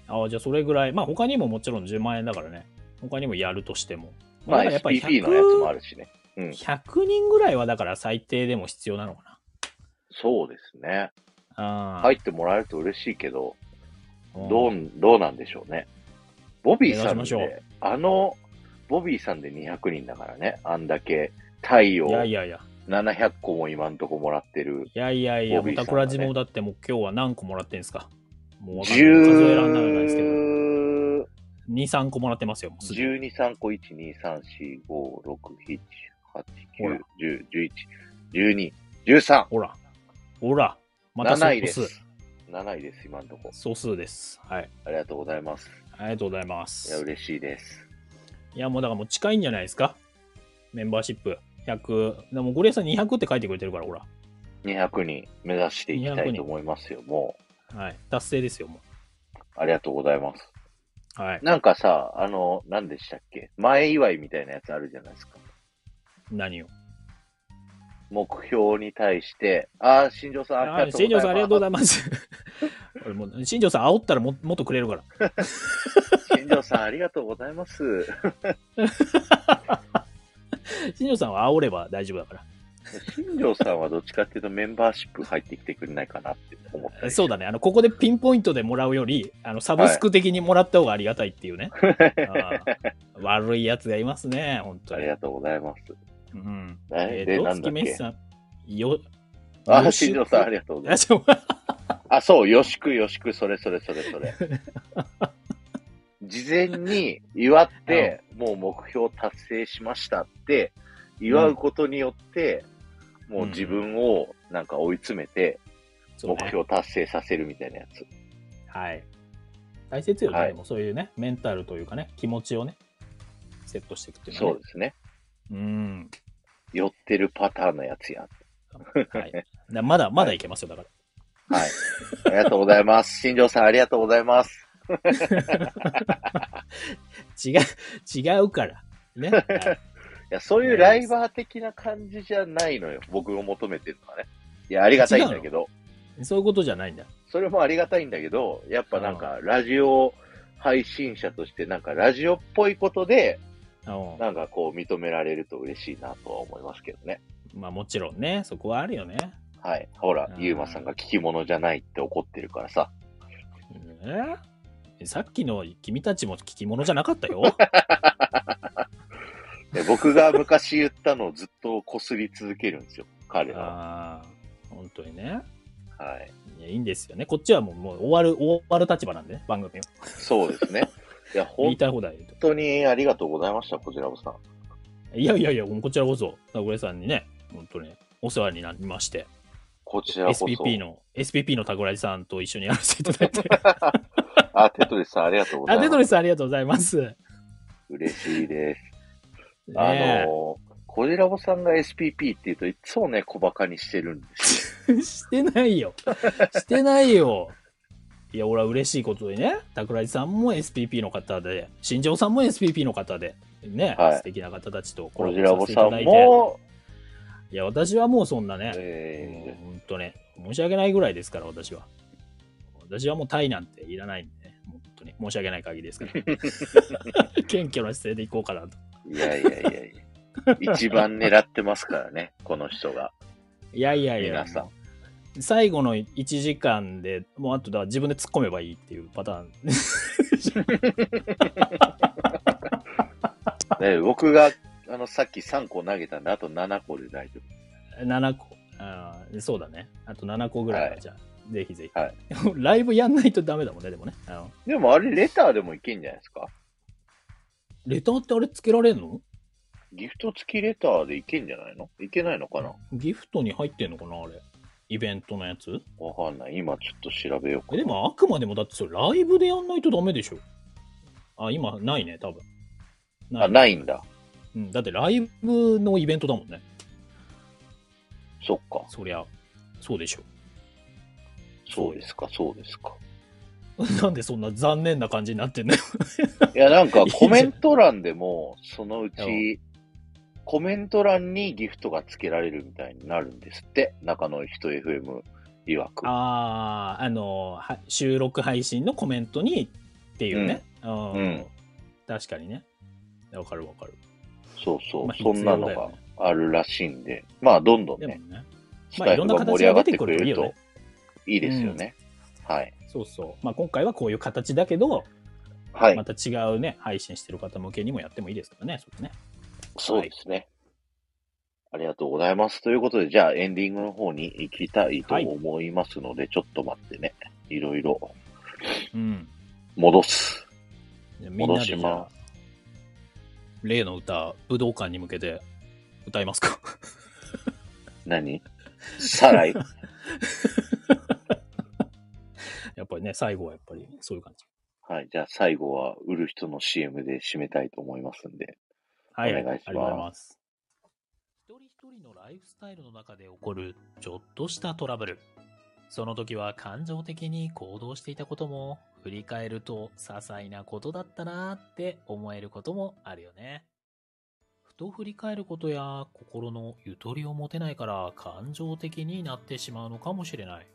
Speaker 2: ああ、じゃあそれぐらい。まあ他にももちろん10万円だからね。他にもやるとしても。
Speaker 1: まあ、
Speaker 2: だから
Speaker 1: SPP のやつもあるしね。うん。
Speaker 2: 100人ぐらいはだから最低でも必要なのかな。
Speaker 1: そうですね。
Speaker 2: あ
Speaker 1: 入ってもらえると嬉しいけど、
Speaker 2: うん
Speaker 1: どう、どうなんでしょうね。ボビーさん
Speaker 2: お願いしましょ
Speaker 1: で、あの、ボビーさんで200人だからね、あんだけ太陽
Speaker 2: いやいやいや。
Speaker 1: 700個も今んとこもらってる、
Speaker 2: いやいやいや、
Speaker 1: ボビ
Speaker 2: ボ
Speaker 1: ーさん
Speaker 2: タ
Speaker 1: がね
Speaker 2: クラジもだってもう今日は何個もらってんすか。もうわかんない数えらんないですけど。
Speaker 1: 10
Speaker 2: 2、3個もらってますよ、もうすでに。
Speaker 1: 12、3個、1、2、3、4、5、6、7、8、
Speaker 2: ほら
Speaker 1: 9、10、11、12、13、
Speaker 2: ほら。ほら。また
Speaker 1: 7位
Speaker 2: 総
Speaker 1: です
Speaker 2: 数。。
Speaker 1: 7位です、今んとこ。
Speaker 2: 総数です。はい。
Speaker 1: ありがとうございます。
Speaker 2: ありがとうございま
Speaker 1: いや、
Speaker 2: す。
Speaker 1: 嬉しいです。
Speaker 2: いや、もうだからもう近いんじゃないですか。メンバーシップ。100。でもゴリエさん200って書いてくれてるから、ほら。
Speaker 1: 200人目指していきたいと思いますよ、もう。
Speaker 2: はい。達成ですよ、も
Speaker 1: ありがとうございます。
Speaker 2: う。はい。
Speaker 1: なんかさ、あの、何でしたっけ前祝いみたいなやつあるじゃないですか。
Speaker 2: 何を。
Speaker 1: 目標に対して、ああ、新庄さん、あ
Speaker 2: あ
Speaker 1: りがとう
Speaker 2: 新
Speaker 1: ございま
Speaker 2: 庄
Speaker 1: す。
Speaker 2: さん、ありがとうございます。 [LAUGHS] 俺もう新庄さん、煽ったらももっとくれるから。
Speaker 1: 新庄さん、ありがとうございます。
Speaker 2: 新庄さんは煽れば大丈夫だか
Speaker 1: 新庄さんはどっちかっていうとメンバーシップ入ってきてくれないかなって思った
Speaker 2: ら。
Speaker 1: り
Speaker 2: そうだね。あの、ここでピンポイントでもらうより、あの、サブスク的にもらった方がありがたいっていうね。あー悪いやつがいますね、本当
Speaker 1: あ
Speaker 2: に
Speaker 1: り。がとうございます。
Speaker 2: うん。
Speaker 1: え
Speaker 2: え
Speaker 1: で、
Speaker 2: ー
Speaker 1: な
Speaker 2: と、
Speaker 1: んだ
Speaker 2: 月
Speaker 1: っ
Speaker 2: 飯
Speaker 1: け
Speaker 2: さん、よ、
Speaker 1: あ、
Speaker 2: よし
Speaker 1: 新庄さん、ありがとうござい
Speaker 2: あ
Speaker 1: ます。
Speaker 2: ちょ
Speaker 1: あ、そう、よしく、よしく、それそれそれそれ。事前に祝って、もう目標達成しましたって、祝うことによって、もう自分をなんか追い詰めて、
Speaker 2: そう
Speaker 1: 目
Speaker 2: ね
Speaker 1: 標達成させるみたいなやつ。
Speaker 2: はい。大切よね、
Speaker 1: はい
Speaker 2: でもそういうね、メンタルというかね、気持ちをね、セットしていくっていうの
Speaker 1: そ
Speaker 2: は
Speaker 1: う
Speaker 2: ね。
Speaker 1: ですね。
Speaker 2: うん。
Speaker 1: 寄ってるパターンのやつや。
Speaker 2: はい。だからまだ、まだいけますよ、だから。
Speaker 1: はい。ありがとうございます。新庄さん、ありがとうございます。
Speaker 2: 違う、違うから。
Speaker 1: [LAUGHS]
Speaker 2: ね。はい
Speaker 1: いや、そういうライバー的な感じじゃないのよ。僕を求めてるのはね。いや、ありがたいんだけど。
Speaker 2: そういうことじゃないんだ。
Speaker 1: それもありがたいんだけど、やっぱなんか、ラジオ配信者として、なんか、ラジオっぽいことで、
Speaker 2: あの
Speaker 1: なんかこう、認められると嬉しいなとは思いますけどね。
Speaker 2: まあもちろんね、そこはあるよね。
Speaker 1: はい。ほら
Speaker 2: う、ん
Speaker 1: ゆうまさんが聞き物じゃないって怒ってるからさ。
Speaker 2: ねさっきの君たちも聞き物じゃなかっ
Speaker 1: [LAUGHS]
Speaker 2: たよ。
Speaker 1: で僕が昔言ったのをずっと擦り続けるんですよ。彼らは。
Speaker 2: ああ、本当にね。
Speaker 1: はい。
Speaker 2: いやいいんですよね。こっちはもうもう終わる、終わる立場なんでね、番組を。
Speaker 1: そうですね。いや、
Speaker 2: 言い
Speaker 1: 本
Speaker 2: たい放題言うと。
Speaker 1: 当にありがとうございました、こちらこさん。
Speaker 2: いやいやいや、もうこちらこそ、名古屋さんにね、本当にお世話になりまして、
Speaker 1: こちらこそ。
Speaker 2: SPP の、SPP のタコラジさんと一緒にやらせていただい
Speaker 1: [LAUGHS]
Speaker 2: て。
Speaker 1: あ、テトリスさん、ありがとうござい
Speaker 2: あ、
Speaker 1: ます。
Speaker 2: デトリスさんありがとうございます。ね
Speaker 1: 嬉しいです。
Speaker 2: え
Speaker 1: あのー、コジラボさんが SPP って言うといつもね、小馬鹿にしてるんですよ。
Speaker 2: [LAUGHS] してないよ。してないよ。いや、俺は嬉しいことでね、桜井さんも SPP の方で、新庄さんも SPP の方で、ね、
Speaker 1: はい
Speaker 2: 素敵な方たちとコ
Speaker 1: コ
Speaker 2: ラ
Speaker 1: ジラ
Speaker 2: ボ
Speaker 1: ボ
Speaker 2: させてい
Speaker 1: さ
Speaker 2: た
Speaker 1: ん
Speaker 2: だいて、
Speaker 1: も、
Speaker 2: いや、私はもうそんなね、
Speaker 1: えー
Speaker 2: 本当ね、申し訳ないぐらいですから、私は。私はもうタイなんていらないんでね、本当に申し訳ない限り
Speaker 1: [LAUGHS]
Speaker 2: ですから。謙虚な姿勢でいこうかなと。
Speaker 1: いやいやいやいや。一番狙ってますからね、この人が。
Speaker 2: いやいやいや、
Speaker 1: 皆さん
Speaker 2: もう最後の1時間でもうあとだから自分で突っ込めばいいっていうパターン。
Speaker 1: ね、僕が、あの、さっき3個投げたんで、あと7個で大丈
Speaker 2: 7個あーそうだねあと7個ぐらいは
Speaker 1: はい
Speaker 2: じゃあ、ぜひぜひ、
Speaker 1: はい
Speaker 2: [LAUGHS] ライブやんないとダメだもんねでもねあの
Speaker 1: 夫。でもあれ、レターでもいけんじゃないですか
Speaker 2: レターってあれつけられんの
Speaker 1: ギフト付きレターでいけんじゃないのいけないのかな
Speaker 2: ギフトに入ってんのかなあれイベントのやつ
Speaker 1: わかんない。今ちょっと調べようか
Speaker 2: え
Speaker 1: な。
Speaker 2: でもあくまでもだってそれライブでやんないとダメでしょあ今ないね多分な
Speaker 1: あ、ないんだ。
Speaker 2: うん、だってライブのイベントだもんね
Speaker 1: そっか。
Speaker 2: そりゃそうでしょ [LAUGHS]
Speaker 1: そうですか、そうですか。
Speaker 2: なんでそんな残念な感じになってんのよ
Speaker 1: いや、なんか
Speaker 2: いいじゃん
Speaker 1: コメント欄でも、そのうち、コメント欄にギフトが付けられるみたいになるんですって、中野人 FM 曰く。
Speaker 2: [LAUGHS] あああのは収録配信のコメントにっていうね、うん
Speaker 1: うん
Speaker 2: 確かにねわかるわかる、
Speaker 1: そうそう、
Speaker 2: まあ
Speaker 1: そんなの
Speaker 2: 必要だよ
Speaker 1: が
Speaker 2: ね
Speaker 1: あるらしいんで、まあ、どんどん
Speaker 2: でも
Speaker 1: ね、
Speaker 2: ね
Speaker 1: ス
Speaker 2: まあ
Speaker 1: タ
Speaker 2: い
Speaker 1: イ
Speaker 2: ろ
Speaker 1: ル
Speaker 2: ん
Speaker 1: が
Speaker 2: な
Speaker 1: 盛
Speaker 2: 形
Speaker 1: り
Speaker 2: が
Speaker 1: 上が
Speaker 2: 出
Speaker 1: ってて
Speaker 2: く
Speaker 1: くれ
Speaker 2: るとい
Speaker 1: る
Speaker 2: いよ
Speaker 1: と
Speaker 2: ね
Speaker 1: いいですよね。はい。
Speaker 2: そうそうまあ今回はこういう形だけど、
Speaker 1: はい、
Speaker 2: また違うね配信してる方向けにもやってもいいですからねそれね
Speaker 1: そうですね。ありがとうございます。ということで、じゃあエンディングの方に行きたいと
Speaker 2: はい
Speaker 1: 思いますので、ちょっと待ってね。いろいろ
Speaker 2: うん
Speaker 1: 戻す。
Speaker 2: じゃあみんなで
Speaker 1: 戻し
Speaker 2: じゃあ
Speaker 1: ま
Speaker 2: 例の歌武道館に向けて歌いますか [LAUGHS]
Speaker 1: 何サライ。
Speaker 2: やっぱりね最後はやっぱりそういう感じ
Speaker 1: はい。じゃあ最後は売る人の CM で締めたいと思いますんで。
Speaker 2: はい、
Speaker 1: お願いします
Speaker 2: ありがとうございます。一人一人のライフスタイルの中で起こるちょっとしたトラブル。その時は感情的に行動していたことも、振り返ると些細なことだったなーって思えることもあるよね。ふと振り返ることや心のゆとりを持てないから感情的になってしまうのかもしれない。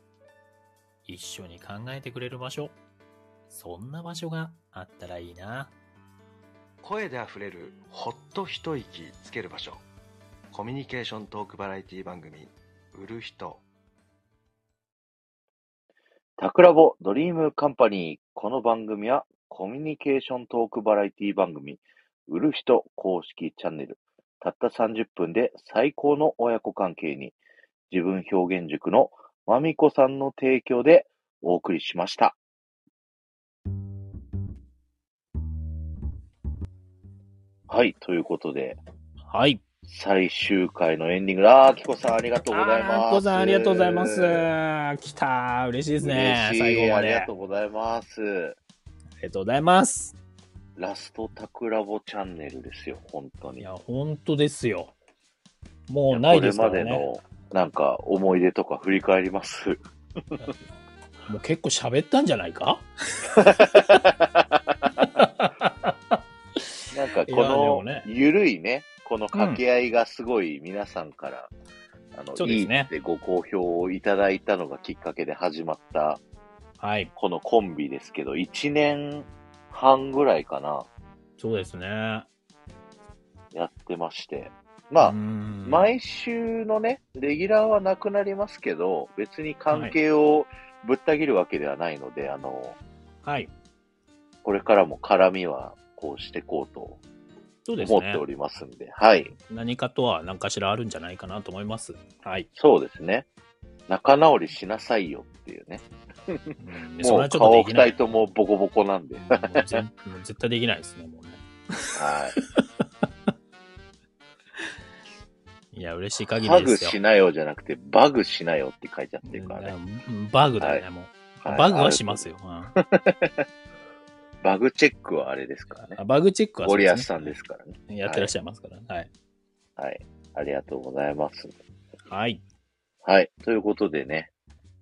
Speaker 2: 一緒に考えてくれる場所。そんな場所があったらいいな。
Speaker 3: 声であふれるほっと一息つける場所コミュニケーショントークバラエティ番組「売る人
Speaker 1: タクラボドリームカンパニー。この番組はコミュニケーショントークバラエティ番組、売る人公式チャンネル。たった30分で最高の親子関係に、自分表現塾のまみこさんの提供でお送りしました。はい、ということで、
Speaker 2: はい。
Speaker 1: 最終回のエンディング。あー、きこさんありがとうございます。
Speaker 2: あーアッコさん、ありがとうございます。来たー。嬉しいですね。
Speaker 1: 嬉しい
Speaker 2: 最後ま
Speaker 1: あ
Speaker 2: で。
Speaker 1: り
Speaker 2: あ
Speaker 1: がとうございます。
Speaker 2: りがとうございます。
Speaker 1: ラストタクラボチャンネルですよ、本当
Speaker 2: い
Speaker 1: に。
Speaker 2: や、本当ですよ。もうないですか
Speaker 1: これま
Speaker 2: ら
Speaker 1: で
Speaker 2: ね。
Speaker 1: の、なんか、思い出とか振り返り
Speaker 2: [LAUGHS]
Speaker 1: ます。
Speaker 2: もう結構喋ったんじゃないか
Speaker 1: なんか、
Speaker 2: いやで
Speaker 1: こ
Speaker 2: も
Speaker 1: の
Speaker 2: ね、
Speaker 1: ゆるいね、この掛け合いがすごい皆さんから、あの、
Speaker 2: そう
Speaker 1: い
Speaker 2: で
Speaker 1: い
Speaker 2: すね
Speaker 1: ってご好評をいただいたのがきっかけで始まった、
Speaker 2: はい。
Speaker 1: このコンビですけど、1年半ぐらいかな、
Speaker 2: そうですね。
Speaker 1: やってまして。まあ、
Speaker 2: 前
Speaker 1: 毎週のね、レギュラーはなくなりますけど、別に関係をぶった切るわけではないので、あの、
Speaker 2: はい。
Speaker 1: これからも絡みはこうしていこうと
Speaker 2: そうです
Speaker 1: 思って
Speaker 2: ね
Speaker 1: お。りますんで、はい、
Speaker 2: 何かとは何かしらあるんじゃないかなと思います。はい。
Speaker 1: そうですね。仲直りしなさいよっていうね。
Speaker 2: [LAUGHS] うんそ
Speaker 1: も
Speaker 2: れは
Speaker 1: う
Speaker 2: ちょっと
Speaker 1: 顔
Speaker 2: できな
Speaker 1: 二
Speaker 2: い
Speaker 1: 人。ともボコボコなんで。は
Speaker 2: もうぜんもう絶対できないですね、もうね。いや、嬉しい
Speaker 1: い。
Speaker 2: [LAUGHS] 限
Speaker 1: ハ
Speaker 2: り
Speaker 1: グ
Speaker 2: ですよ。
Speaker 1: しなよじゃなくて、バグしなよって書いちゃってるからね。
Speaker 2: うんうんバグだよね、
Speaker 1: は
Speaker 2: もう。
Speaker 1: はい
Speaker 2: バグはしますよ。うん
Speaker 1: バグチェックはあれですからね。
Speaker 2: あバグチェックはそ
Speaker 1: ゴ
Speaker 2: う
Speaker 1: リ
Speaker 2: ですね
Speaker 1: アスさんですからね。
Speaker 2: やってらっしゃいますから。はい。
Speaker 1: はい。ありがとうございます。
Speaker 2: はい。
Speaker 1: はい。ということでね、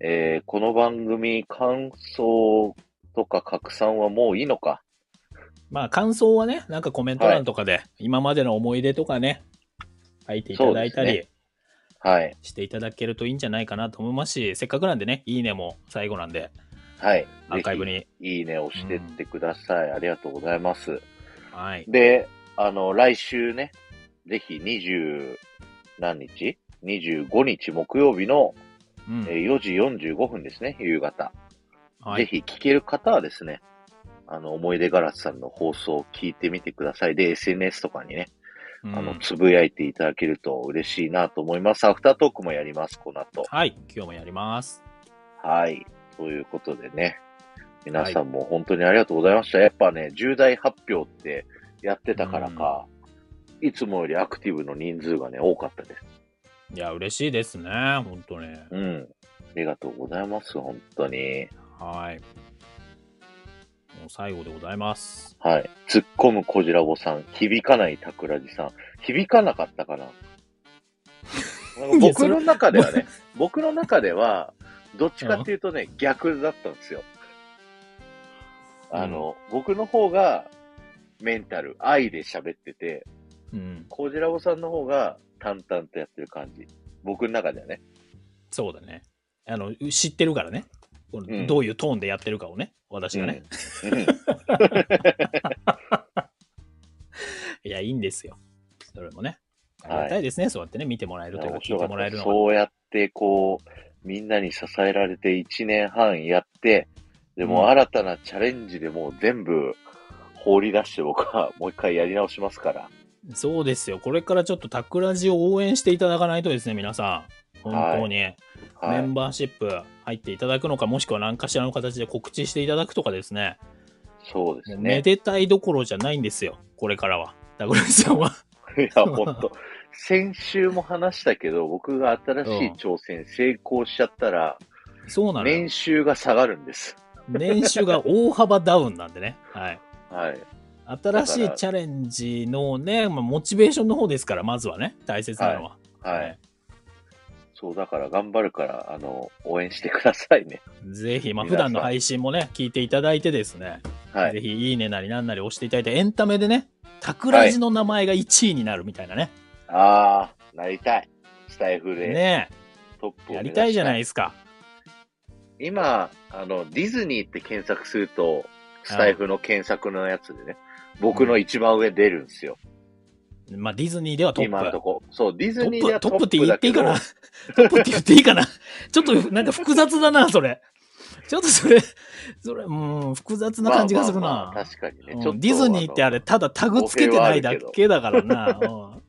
Speaker 1: えーこの番組、感想とか拡散はもういいのか。
Speaker 2: まあ、感想はね、なんかコメント欄とかで、今までの思い出とかね、書いていただいた
Speaker 1: そうで
Speaker 2: り
Speaker 1: はい。
Speaker 2: していただけるといいんじゃないかなと思いますし、せっかくなんでね、いいねも最後なんで、
Speaker 1: はい。
Speaker 2: アーカイブ
Speaker 1: ぜ
Speaker 2: に。
Speaker 1: ひ。いいね押してってください。ありがとうございます。
Speaker 2: はい。
Speaker 1: で、あの、来週ね、ぜひ20何日 ?25 日木曜日のえ
Speaker 2: うん。
Speaker 1: ー4時45分ですね、夕方。
Speaker 2: は
Speaker 1: ぜ
Speaker 2: い。
Speaker 1: ひ聞ける方はですね、あの、思い出ガラスさんの放送を聞いてみてください。で、SNS とかにね、
Speaker 2: うん
Speaker 1: あの、つぶやいていただけると嬉しいなと思います。アフタートークもやります、この後。
Speaker 2: はい。今日もやります。
Speaker 1: はい。ということでね、皆さんも本当にありがとうございました。やっぱね、重大発表ってやってたからか、いつもよりアクティブの人数がね、多かったです。
Speaker 2: いや、嬉しいですね。本当に。
Speaker 1: うん。ありがとうございます、本当に。
Speaker 2: はい。もう最後でございます。
Speaker 1: はい。突っ込むこじらぼさん、響かないたくらじさん、響かなかったかななんか僕の中ではね、僕の中では、どっちかっていうとね、逆だったんですよ。あの、僕の方が、メンタル、愛で喋ってて、
Speaker 2: うん。
Speaker 1: こじらぼさんの方が、淡々とやってる感じ。僕の中ではね。
Speaker 2: そうだね。あの、知ってるからね。この
Speaker 1: うん
Speaker 2: どういうトーンでやってるかをね、私がね。
Speaker 1: うん。うん
Speaker 2: いや、いいんですよ。それもね。
Speaker 1: は
Speaker 2: あ
Speaker 1: い
Speaker 2: りがたいですね、そうやってね、見てもらえるというか、
Speaker 1: 面
Speaker 2: 聞
Speaker 1: 白
Speaker 2: い
Speaker 1: か
Speaker 2: て
Speaker 1: っ
Speaker 2: もらえる
Speaker 1: た。
Speaker 2: のが。
Speaker 1: そうやって、こう、みんなに支えられて1年半やって、で
Speaker 2: う
Speaker 1: も
Speaker 2: ん
Speaker 1: 新たなチャレンジでもう全部放り出して僕はもう一回やり直しますから。
Speaker 2: そうですよ。これからちょっとタクラジを応援していただかないとですね、皆さん。本当に、
Speaker 1: は
Speaker 2: メン
Speaker 1: い。
Speaker 2: バーシップ入っていただくのか、もしくは何かしらの形で告知していただくとかですね。
Speaker 1: そうで
Speaker 2: も
Speaker 1: す
Speaker 2: うめ
Speaker 1: ね。
Speaker 2: でたいどころじゃないんですよ、これからは。タクラジさ
Speaker 1: [LAUGHS]
Speaker 2: んは。
Speaker 1: いや、ほんと。先週も話したけど、僕が新しい挑戦成功しちゃったら、
Speaker 2: そうなのよ
Speaker 1: 年。収が下がるんです。
Speaker 2: 年収が大幅ダウンなんでね。はい。
Speaker 1: はい。
Speaker 2: 新しいチャレンジのね、まあ、モチベーションの方ですから、まずはね、大切なのは。
Speaker 1: はい。そう、だから頑張るから、あの、応援してくださいね。
Speaker 2: ぜひ、まあ、
Speaker 1: 皆
Speaker 2: 普
Speaker 1: さん
Speaker 2: 段の配信もね、聞いていただいてですね、
Speaker 1: はい。
Speaker 2: ぜひ、いいねなりなんなり押していただいて、エンタメでね、タクラジの名前が1位になるみたいなね。
Speaker 1: あー、なりたい。スタイフで。
Speaker 2: ね
Speaker 1: トップ
Speaker 2: え
Speaker 1: を
Speaker 2: や
Speaker 1: 目指
Speaker 2: りたいじゃな
Speaker 1: い
Speaker 2: いですか。
Speaker 1: 今あのディズニーって検索するとスタイフの検索のやつでね僕の一番上出るんですよ、
Speaker 2: まあ、ディズニーではトッ
Speaker 1: 今のと
Speaker 2: プ。
Speaker 1: こそうディ
Speaker 2: ト
Speaker 1: ズニーで
Speaker 2: ップ
Speaker 1: は
Speaker 2: ト
Speaker 1: ト
Speaker 2: ップ
Speaker 1: ッ
Speaker 2: って
Speaker 1: プ
Speaker 2: 言っ
Speaker 1: だ
Speaker 2: てい
Speaker 1: け
Speaker 2: いか
Speaker 1: ど
Speaker 2: な [LAUGHS] トップって言っていいかなちょっとなんか複雑だな、それ。ちょっとそれ、それ、うん、複雑な感じがするな。
Speaker 1: まあまあまあ確かにね、
Speaker 2: うん
Speaker 1: ちょっと
Speaker 2: ディズニーってあれ、ただタグつけてないだけだからな。うん
Speaker 1: の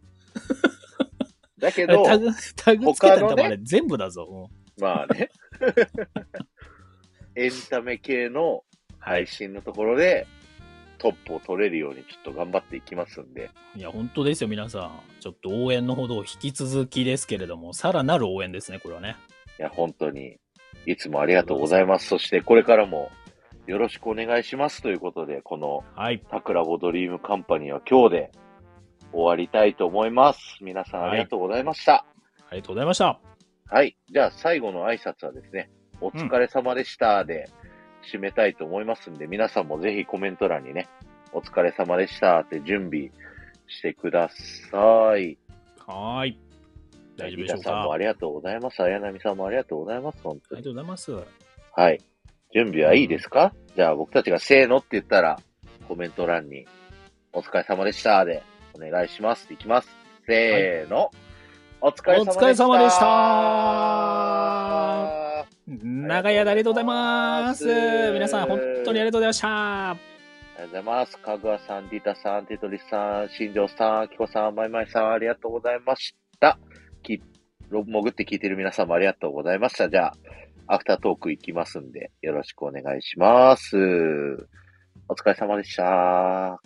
Speaker 1: だけ
Speaker 2: あれ
Speaker 1: ど
Speaker 2: タグタグつけたら
Speaker 1: 他のね
Speaker 2: あれ全部だぞ。うん
Speaker 1: ま
Speaker 2: [LAUGHS]
Speaker 1: あねエンタメ系の配信のところでトップを取れるようにちょっと頑張っていきますんで
Speaker 2: いや、本当ですよ、皆さん。ちょっと応援のほどを引き続きですけれども、さらなる応援ですね、これはね。
Speaker 1: いや本当にいつもありがとうございますそしてこれからもよろしくお願いしますということでこの
Speaker 2: はい。
Speaker 1: タクラボドリームカンパニーは今日で終わりたいと思います。皆さんありがとうございました。
Speaker 2: ありがとうございました。
Speaker 1: はい。じゃあ最後の挨拶はですね、お疲れ様でしたで締めたいと思いますんで、皆さんもぜひコメント欄にね、お疲れ様でしたって準備してください。
Speaker 2: はーい。大丈夫でしょう
Speaker 1: リカさん
Speaker 2: か。
Speaker 1: もあ
Speaker 2: あり
Speaker 1: りがとうございます。綾波さんもありがとうございます。本当
Speaker 2: が
Speaker 1: に。
Speaker 2: とうございます。
Speaker 1: はい。準備はいいですか、じゃあ僕たちがせーのって言ったら、コメント欄に、お疲れ様でしたで、お願いしますっていきます。せーの。お疲れ様でした。
Speaker 2: お疲れ様でした長屋でありがとうございます。皆さん、本当にありがとうございました。
Speaker 1: ありがとうございます。かぐわさん、ディータさん、テトリスさん、新庄さん、きこさん、まいまいさん、ありがとうございました。きろ潜って聞いてる皆様ありがとうございました。じゃあ、アフタートーク行きますんで、よろしくお願いします。お疲れ様でした。